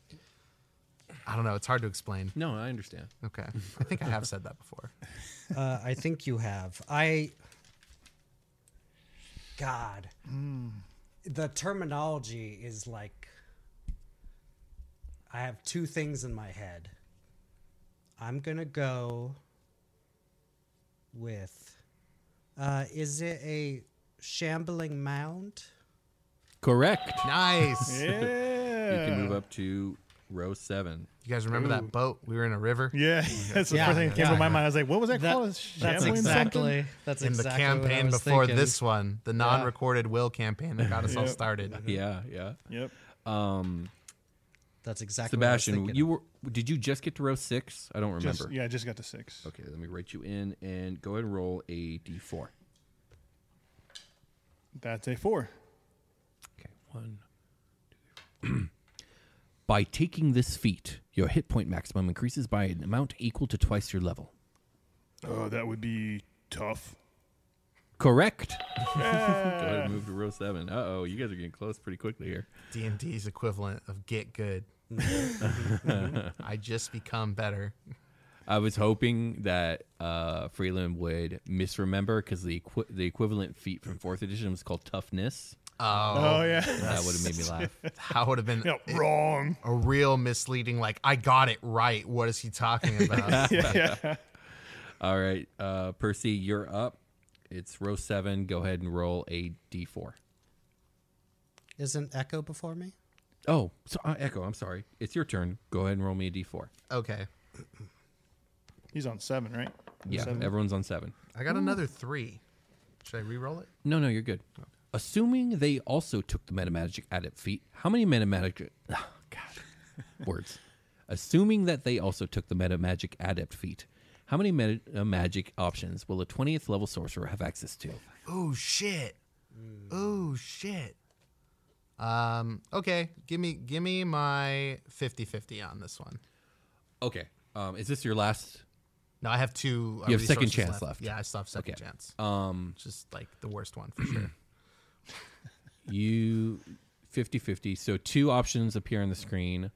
S4: I don't know. It's hard to explain.
S1: No, I understand.
S4: Okay. I think I have said that before.
S3: uh, I think you have. I. God. The terminology is like. I have two things in my head. I'm gonna go with. Uh, is it a shambling mound?
S1: Correct.
S4: Nice.
S1: You
S2: Yeah.
S1: can move up to row seven.
S4: You guys remember that boat? We were in a river.
S2: Yeah, that's the
S3: Yeah.
S2: first thing that came
S3: Yeah.
S2: to my mind. I was like, what was that,
S3: That-
S2: called?
S3: that's
S2: Shambling something?
S3: exactly. That's
S4: Oh, In the
S3: exactly what I
S4: campaign
S3: was
S4: before
S3: thinking.
S4: this one, the non-recorded will campaign that got us all
S2: Yep.
S4: started.
S1: Yeah, yeah.
S2: Yep.
S3: That's exactly. what I was
S1: Sebastian,
S3: thinking.
S1: you were did you just get to row six? I don't remember.
S2: Just, yeah, I just got to six.
S1: Okay, let me write you in and go ahead and roll a d4.
S2: That's a four.
S1: Okay, one. two. by taking this feat, your hit point maximum increases by an amount equal to twice your level.
S2: Oh, that would be tough.
S1: Correct. go ahead and move to row seven. Uh oh, you guys are getting close pretty quickly here.
S4: D and D's equivalent of get good. I just become better.
S1: I was hoping that uh, Freeland would misremember because the equi- the equivalent feat from fourth edition was called toughness.
S4: Oh,
S2: Oh, yeah.
S1: That would have made me laugh.
S4: that would have been
S2: yeah wrong.
S4: a real misleading. Like I got it right. What is he talking about?
S1: All right, uh, Percy, you're up. It's row seven. Go ahead and roll a d4.
S3: Isn't Echo before me?
S1: Oh, so uh, Echo, I'm sorry. It's your turn. Go ahead and roll me a d4.
S4: okay,
S2: He's on seven, right?
S1: Yeah,
S2: Seven.
S1: everyone's on seven.
S4: I got another three. Should I re-roll it?
S1: No, no, you're good. Oh. Assuming they also took the metamagic adept feat, how many metamagic? Oh, God, words. Assuming that they also took the metamagic adept feat, how many meta- magic options will a 20th level sorcerer have access to?
S4: Oh shit.
S1: Mm.
S4: Oh shit. Um okay, give me give me my 50/50 on this one.
S1: Okay, um, is this your last?
S4: No, I have two uh,
S1: You have second
S4: resources
S1: chance left.
S4: Yeah, I still have second
S1: Okay.
S4: chance. Um just like the worst one for sure.
S1: You 50 50. So two options appear on the screen.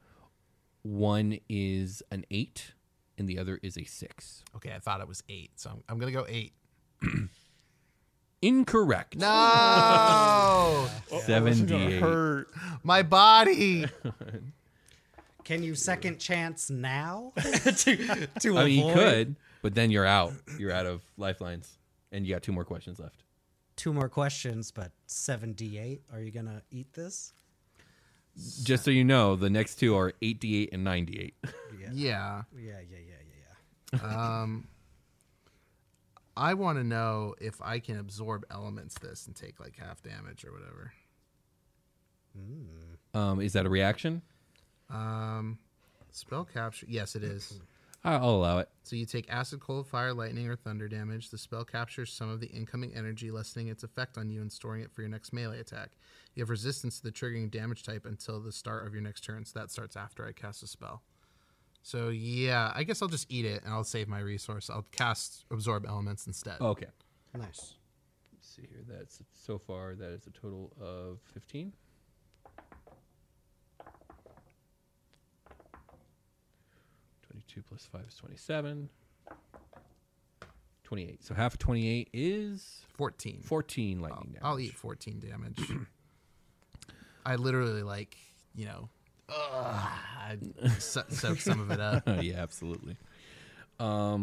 S1: One is an eight, and the other is a six.
S4: Okay, I thought it was 8, so I'm, I'm going to go 8.
S1: Incorrect.
S4: No!
S2: This is gonna
S1: 78.
S2: hurt.
S4: my body.
S3: Can you second chance now? to to
S1: I mean, you
S3: avoid
S1: could, but then you're out. You're out of lifelines, and you got two more questions left.
S3: two more questions, but seventy eight. Are you gonna eat this?
S1: Just so you know, the next two are 88 and 98.
S4: yeah.
S3: Yeah, yeah, yeah, yeah,
S4: I want to know if I can absorb elements this and take like half damage or whatever.
S1: Um, is that a reaction?
S4: Um spell capture. Yes, it is.
S1: I- I'll allow it.
S4: So you take acid, cold, fire, lightning, or thunder damage. The spell captures some of the incoming energy, lessening its effect on you and storing it for your next melee attack. You have resistance to the triggering damage type until the start of your next turn, so that starts after I cast a spell. So yeah, I guess I'll just eat it and I'll save my resource. I'll cast absorb elements instead.
S1: Okay.
S3: yeah. Nice.
S1: Let's see here. That's so far. That is a total of 15. Twenty-two plus five is twenty-seven. Twenty-eight. So half of twenty-eight is
S4: 14.
S1: fourteen lightning damage.
S4: I'll eat 14 damage. I literally like, you know, ugh, I so- soak some of it up.
S1: yeah, absolutely.
S4: I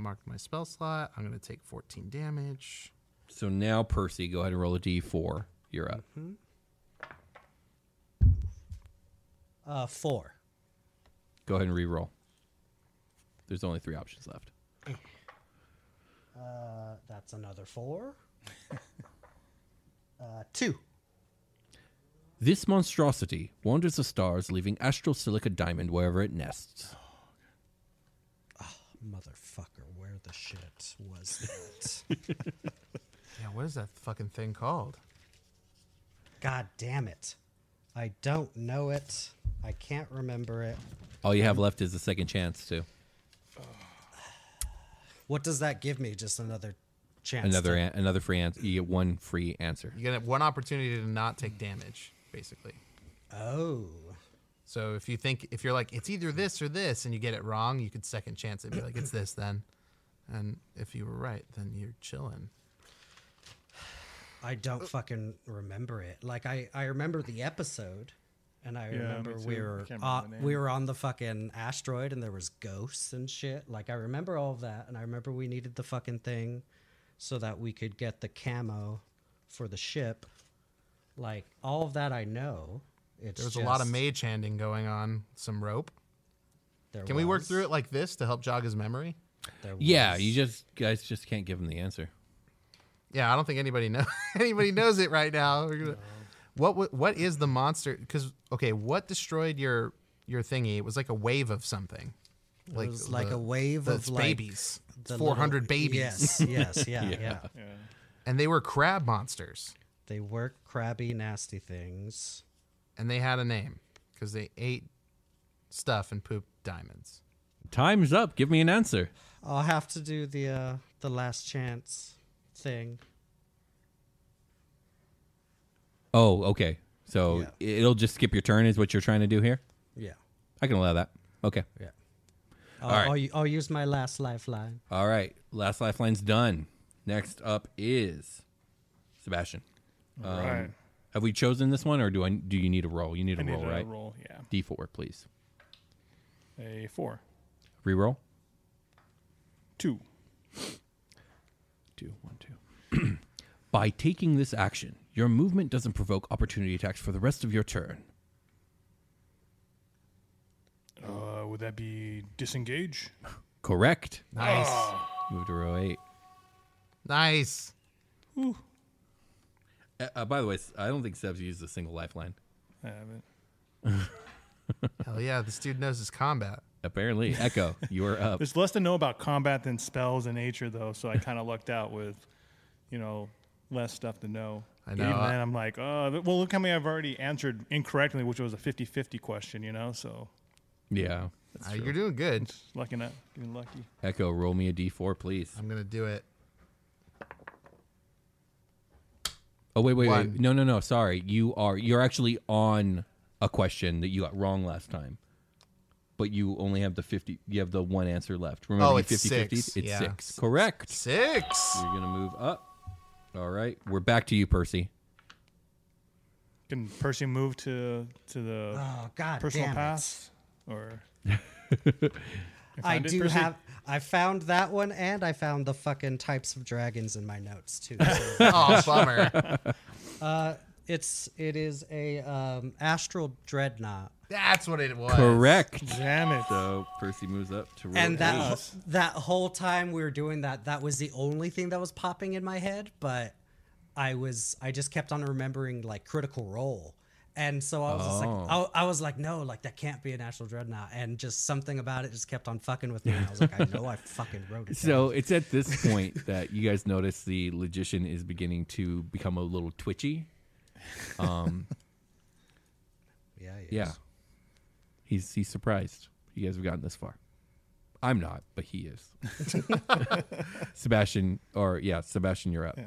S4: marked my spell slot. I'm going to take 14 damage.
S1: So now, Percy, go ahead and roll a d4. You're up.
S3: Uh, four.
S1: Go ahead and re-roll. There's only three options left.
S3: Uh, that's another four. uh, two.
S1: This monstrosity wanders the stars, leaving astral silica diamond wherever it nests.
S3: Motherfucker, where the shit was that?
S4: Yeah, what is that fucking thing called?
S3: God damn it! I don't know it. I can't remember it.
S1: All you have left is a second chance to
S3: What does that give me? Just another chance.
S1: another
S3: To-
S1: an- another free answer. You get one free answer.
S4: You get one opportunity to not take damage, basically.
S3: oh.
S4: So if you think if you're like it's either this or this and you get it wrong, you could second chance it and be like it's this then. And if you were right, then you're chilling.
S3: I don't fucking remember it. Like I, I remember the episode. And I
S2: Yeah,
S3: remember
S2: me
S3: we
S2: too. I
S3: were
S2: can't remember
S3: uh,
S2: the name.
S3: we were on the fucking asteroid and there was ghosts and shit. Like I remember all of that, and I remember we needed the fucking thing so that we could get the camo for the ship. Like all of that, I know. It's
S4: There was a lot of
S3: just-
S4: mage handing going on, some rope.
S3: there
S4: Can we work
S3: was-
S4: through it like this to help jog his memory?
S3: there
S1: Yeah,
S3: was.
S1: you just guys just can't give him the answer.
S4: Yeah, I don't think anybody know anybody knows it right now. We're gonna- What wa- what is the monster? Because okay, what destroyed your your thingy? It was like a wave of something. Like
S3: it was like a wave
S4: the
S3: of like
S4: babies,
S3: the
S4: four hundred
S3: little- Yes,
S4: babies,
S3: yes, yeah, yeah,
S2: Yeah.
S4: and they were crab monsters,
S3: They were crabby, nasty things.
S4: and they had a name because they ate stuff and pooped diamonds.
S1: Time's up. Give me an answer.
S3: I'll have to do the uh, the last chance thing.
S1: Oh, okay. So
S3: Yeah.
S1: it'll just skip your turn, is what you're trying to do here.
S3: Yeah,
S1: I can allow that. Okay.
S3: yeah. I'll,
S1: right.
S3: I'll, u- I'll use my last lifeline.
S1: All right. Last lifeline's done. Next up is Sebastian.
S2: All right.
S1: Have we chosen this one, or do I? Do you need a roll? You need a
S2: I need
S1: roll,
S2: a
S1: right?
S2: roll. Yeah.
S1: D4, please.
S2: A four.
S1: Reroll.
S2: Two.
S1: Two, one, two. By taking this action, your movement doesn't provoke opportunity attacks for the rest of your turn.
S2: Uh, would that be disengage?
S1: Correct.
S4: Nice,
S1: Move to row eight.
S4: nice.
S1: Uh, uh, by the way, I don't think Seb's used a single lifeline.
S2: I haven't.
S4: Hell yeah, this dude knows his combat.
S1: Apparently, Echo, you are up.
S2: There's less to know about combat than spells and nature, though, so I kind of lucked out with, you know, less stuff to know.
S4: I
S2: But
S4: know,
S2: Even
S4: I-
S2: then, I'm like, oh, th- well, look how many I've already answered incorrectly, which was a 50 50 question, you know? So,
S1: Yeah.
S4: Uh, you're doing good.
S2: lucky enough, getting lucky.
S1: Echo, roll me a d4, please.
S4: I'm gonna do it.
S1: Oh wait, wait,
S4: One.
S1: wait. No, no, no. Sorry. You are you're actually on a question that you got wrong last time. But you only have the 50 you have the one answer left. Remember
S4: Oh,
S1: you
S4: it's
S1: 50
S4: six.
S1: It's
S4: Yeah.
S1: 6. Correct.
S4: Six.
S1: You're going to move up. All right. We're back to you, Percy.
S2: Can Percy move to to the
S3: Oh God,
S2: personal
S3: damn It.
S2: pass? Or You
S3: I
S2: found it,
S3: do
S2: Percy?
S3: have. I found that one, and I found the fucking types of dragons in my notes too. So,
S4: Oh, bummer.
S3: it's it is a um, astral dreadnought,
S4: That's what it was.
S1: Correct.
S2: Damn it.
S1: So Percy moves up to roll
S3: and that
S1: eight.
S2: Yes.
S3: that whole time we were doing that, that was the only thing that was popping in my head. But I was I just kept on remembering like Critical Role, and so I was just
S4: Oh.
S3: like I, I was like no, like that can't be a national dreadnought, and just something about it just kept on fucking with me. And I was like I know I fucking wrote it. down.
S1: So it's at this point that you guys notice the logician is beginning to become a little twitchy. Um,
S3: yeah, yes.
S1: Yeah. He's he's surprised. You guys have gotten this far. I'm not, but he is. Sebastian or yeah, Sebastian, you're up.
S2: Yeah.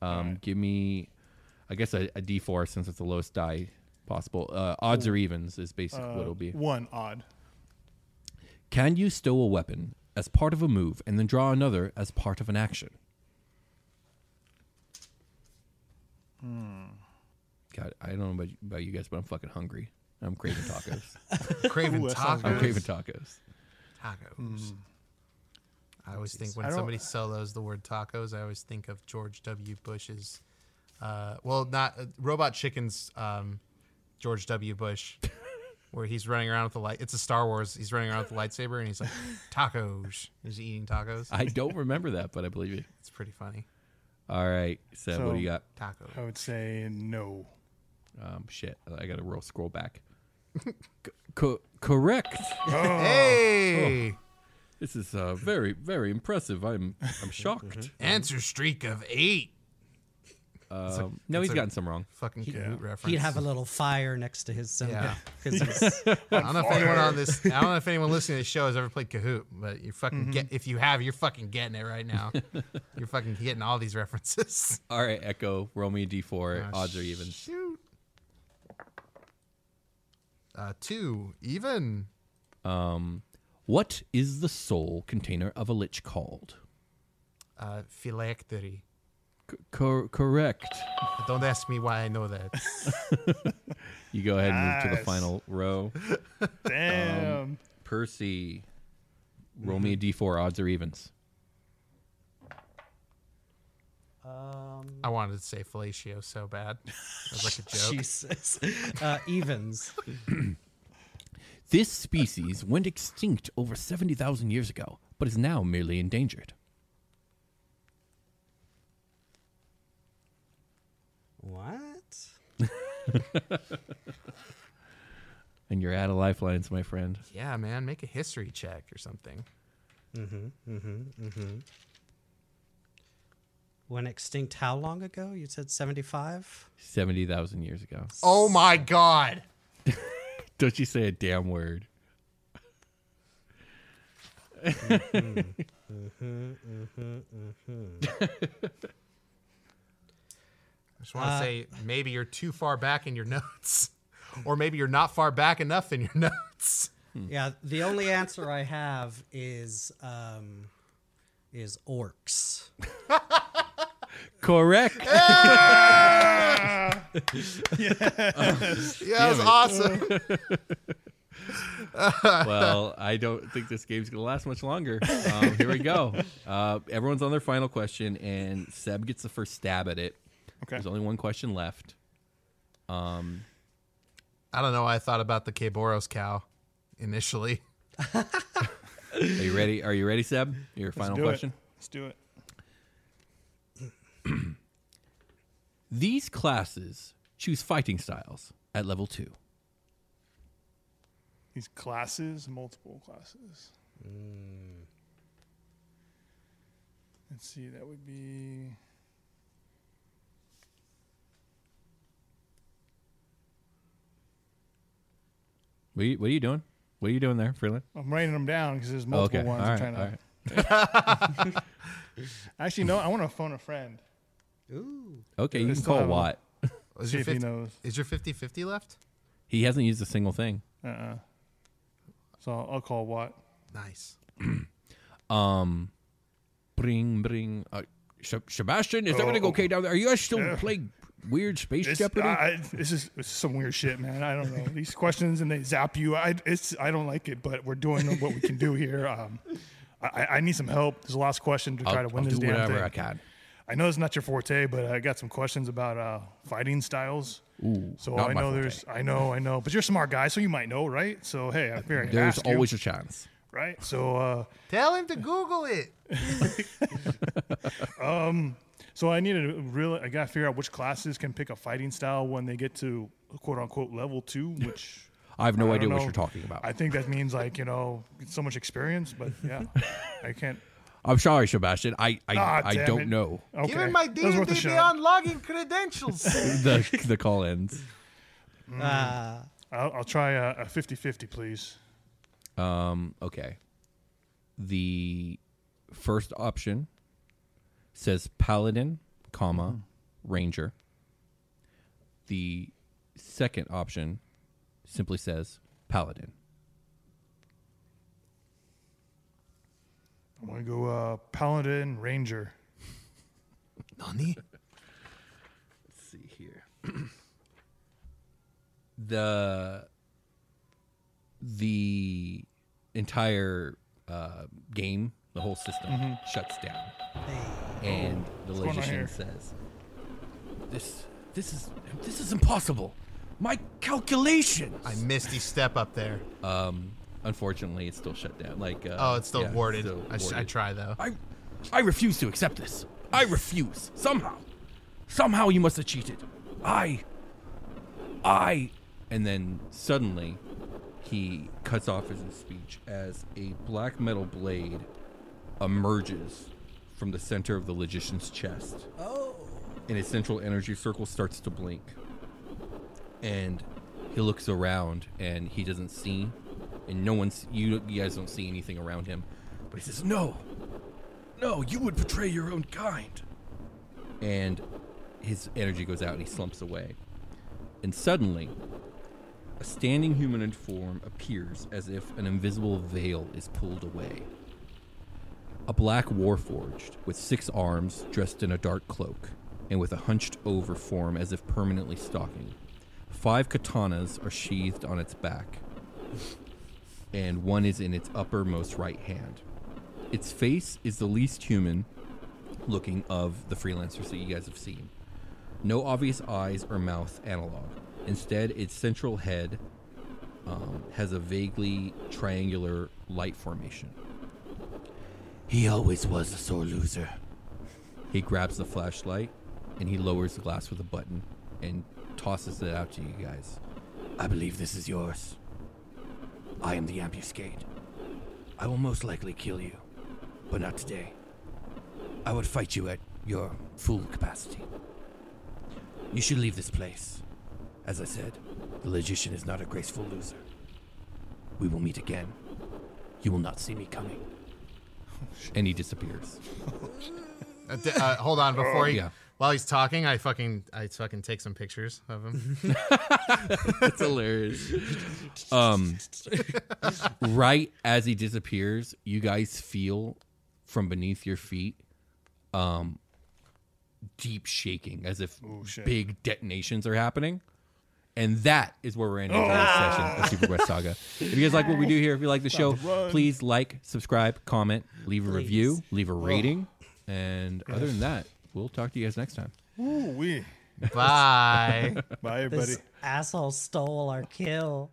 S1: Um give me I guess a, a D four since it's the lowest die possible. Uh, odds or evens is basically what it'll be.
S2: One odd.
S1: Can you stow a weapon as part of a move and then draw another as part of an action?
S4: Hmm.
S1: God, I don't know about you, about you guys, but I'm fucking hungry. I'm craving tacos.
S4: Craving
S2: Ooh, that sounds
S4: tacos.
S1: I'm craving tacos.
S4: tacos. I always think
S2: I
S4: when
S2: don't-
S4: somebody solos the word tacos, I always think of George W. Bush's, uh, well, not uh, Robot Chicken's um, George W. Bush, where he's running around with the light. It's a Star Wars. He's running around with the lightsaber and he's like tacos. He's eating tacos.
S1: I don't remember that, but I believe you.
S4: It's pretty funny.
S1: All right, Seb, what do you
S2: So-
S1: got?
S4: Tacos.
S2: I would say no.
S1: Um, shit, I got to roll scroll back. Co- correct.
S4: Hey,
S1: This is uh, very very impressive. I'm I'm shocked.
S4: answer streak of eight.
S1: Um, no,
S4: Mm-hmm. it's
S1: he's
S4: a-
S1: gotten some wrong.
S4: Fucking Kahoot reference.
S3: He'd have a little fire next to his soda
S4: Yeah.
S3: because he's
S4: I don't know if anyone on this. I don't know if anyone listening to this show has ever played Kahoot, but you're fucking
S1: Mm-hmm.
S4: get. If you have, you're fucking getting it right now. you're fucking getting all these references.
S1: All right, Echo, roll me a d4.
S4: Ah,
S1: odds are even.
S4: Shoot. Uh, two even.
S1: What is the soul container of a lich called?
S4: Uh, phylactery.
S1: C- cor- correct.
S4: Don't ask me why I know that.
S1: You go ahead and move to the
S2: Nice.
S1: final row. Uh,
S2: Damn.
S1: Percy, roll me a d4, odds or evens.
S3: Um,
S4: I wanted to say fellatio so bad. That was like a joke.
S3: Jesus. Uh, evens.
S1: This species went extinct over 70,000 years ago, but is now merely endangered.
S3: What?
S1: And you're out of lifelines, my friend.
S4: Yeah, man, make a history check or something.
S3: Went extinct how long ago? You said 75?
S1: 70,000 years ago.
S4: Oh my god.
S1: Don't you say a damn word.
S4: I just want
S1: Uh,
S4: to say maybe you're too far back in your notes, or maybe you're not far back enough in your notes.
S3: Yeah, the only answer I have is um, is orcs.
S1: Correct.
S4: Yeah, that was awesome.
S1: well, I don't think this game's going to last much longer. Um, here we go. Uh, everyone's on their final question, and Seb gets the first stab at it.
S2: Okay.
S1: There's only one question left.
S4: I don't know. Why I thought about the Kboros cow initially.
S1: Are you ready? Are you ready, Seb? Your final
S2: do
S1: question.
S2: It. Let's do it.
S1: These classes choose fighting styles at level two.
S2: These classes, multiple classes.
S1: Mm.
S2: Let's see, that would be.
S1: What are you, what are you doing? What are you doing there, Freeland? Oh,
S2: I'm writing them down because there's multiple
S1: okay.
S2: ones.
S1: all right.
S2: I'm trying to.
S1: all right.
S2: Actually, no, I want to phone a friend.
S3: Ooh.
S1: Okay, you
S2: This
S1: can call
S2: time-
S1: Watt.
S4: Is
S2: See
S4: your
S2: if he
S4: 50,
S2: knows.
S4: is your 50-50 left?
S1: He hasn't used a single thing.
S2: Uh uh So I'll, I'll call Watt.
S4: Nice.
S1: Bring, bring. Uh, Seb- Sebastian, is everything okay down there? Are you guys still playing weird space
S2: Oh. It's,
S1: Jeopardy?
S2: I, this is it's some weird shit, man. I don't know these questions, and they zap you. I it's I don't like it, but we're doing what we can do here. Um, I- I, I need some help. There's a last question to try
S1: I'll,
S2: to win
S1: I'll
S2: this
S1: do
S2: damn
S1: whatever
S2: thing.
S1: I can.
S2: I know it's not your forte, but I got some questions about uh, fighting styles. Ooh, so
S1: not
S2: I
S1: my
S2: know
S1: forte.
S2: there's, I know, I know, but you're a smart guy, so you might know, right? So hey, I'm here.
S1: There's
S2: ask
S1: always
S2: you,
S1: a chance.
S2: right. So, uh,
S4: Tell him to Google it.
S2: so I need to really, I got to figure out which classes can pick a fighting style when they get to quote unquote level two, which.
S1: I have no
S2: I
S1: idea
S2: don't
S1: what
S2: know.
S1: you're talking about.
S2: I think that means like you know so much experience, but yeah, I can't.
S1: I'm sorry, Sebastian. I I,
S2: Ah,
S1: I
S2: damn
S1: don't
S2: it.
S1: know
S2: Okay,
S4: Give him my
S2: that was
S4: D&D
S2: worth a shot.
S4: Beyond logging credentials.
S1: the the call ins.
S3: Uh,
S2: I'll, I'll try a, a 50-50, please.
S1: Um, okay. The first option says paladin, comma, ranger. The second option simply says paladin.
S2: I'm gonna go uh, paladin ranger.
S4: Nani?
S1: Let's see here. the the entire uh, game, the whole system
S4: Mm-hmm.
S1: shuts down. And
S4: Oh,
S1: the
S2: going on
S1: logician
S2: here?
S1: says, "This this is this is impossible. My calculations."
S4: I misty step up there.
S1: Unfortunately, it's still shut down. Like uh,
S4: Oh, it's still
S1: yeah,
S4: warded.
S1: still
S4: I, sh- I
S1: warded.
S4: try though.
S1: I, I refuse to accept this. I refuse. Somehow, somehow you must have cheated. I, I. And then suddenly, he cuts off his speech as a black metal blade emerges from the center of the logician's chest. Oh. And his central energy circle starts to blink. And he looks around and he doesn't see, and no one's you, you guys don't see anything around him. But he says, "No, no, you would betray your own kind. And his energy goes out and he slumps away. And suddenly, a standing humanoid form appears as if an invisible veil is pulled away. A black warforged with six arms dressed in a dark cloak and with a hunched over form as if permanently stalking. Five katanas are sheathed on its back, and one is in its uppermost right hand. Its face is the least human looking of the freelancers that you guys have seen. No obvious eyes or mouth analog. Instead, its central head um, has a vaguely triangular light formation. He always was a sore loser. He grabs the flashlight and he lowers the glass with a button and tosses it out to you guys. I believe this is yours. I am the ambuscade. I will most likely kill you, but not today. I would fight you at your full capacity. You should leave this place. As I said, the logician is not a graceful loser. We will meet again. You will not see me coming. and he disappears.
S4: Uh, d- uh, hold on,
S2: Oh,
S4: before he,
S1: Yeah.
S4: while he's talking, I fucking, I fucking take some pictures of him.
S1: That's hilarious. Um, right as he disappears, you guys feel from beneath your feet um, deep shaking as if
S2: shit.
S1: big detonations are happening. And that is where we're ending today's session of Super Quest Saga. If you guys like what we do here, if you like the show, please like, subscribe, comment, leave a review, leave a rating. And other than that, we'll talk to you guys next time.
S2: Ooh wee.
S4: Bye.
S2: Bye, everybody.
S3: This asshole stole our kill.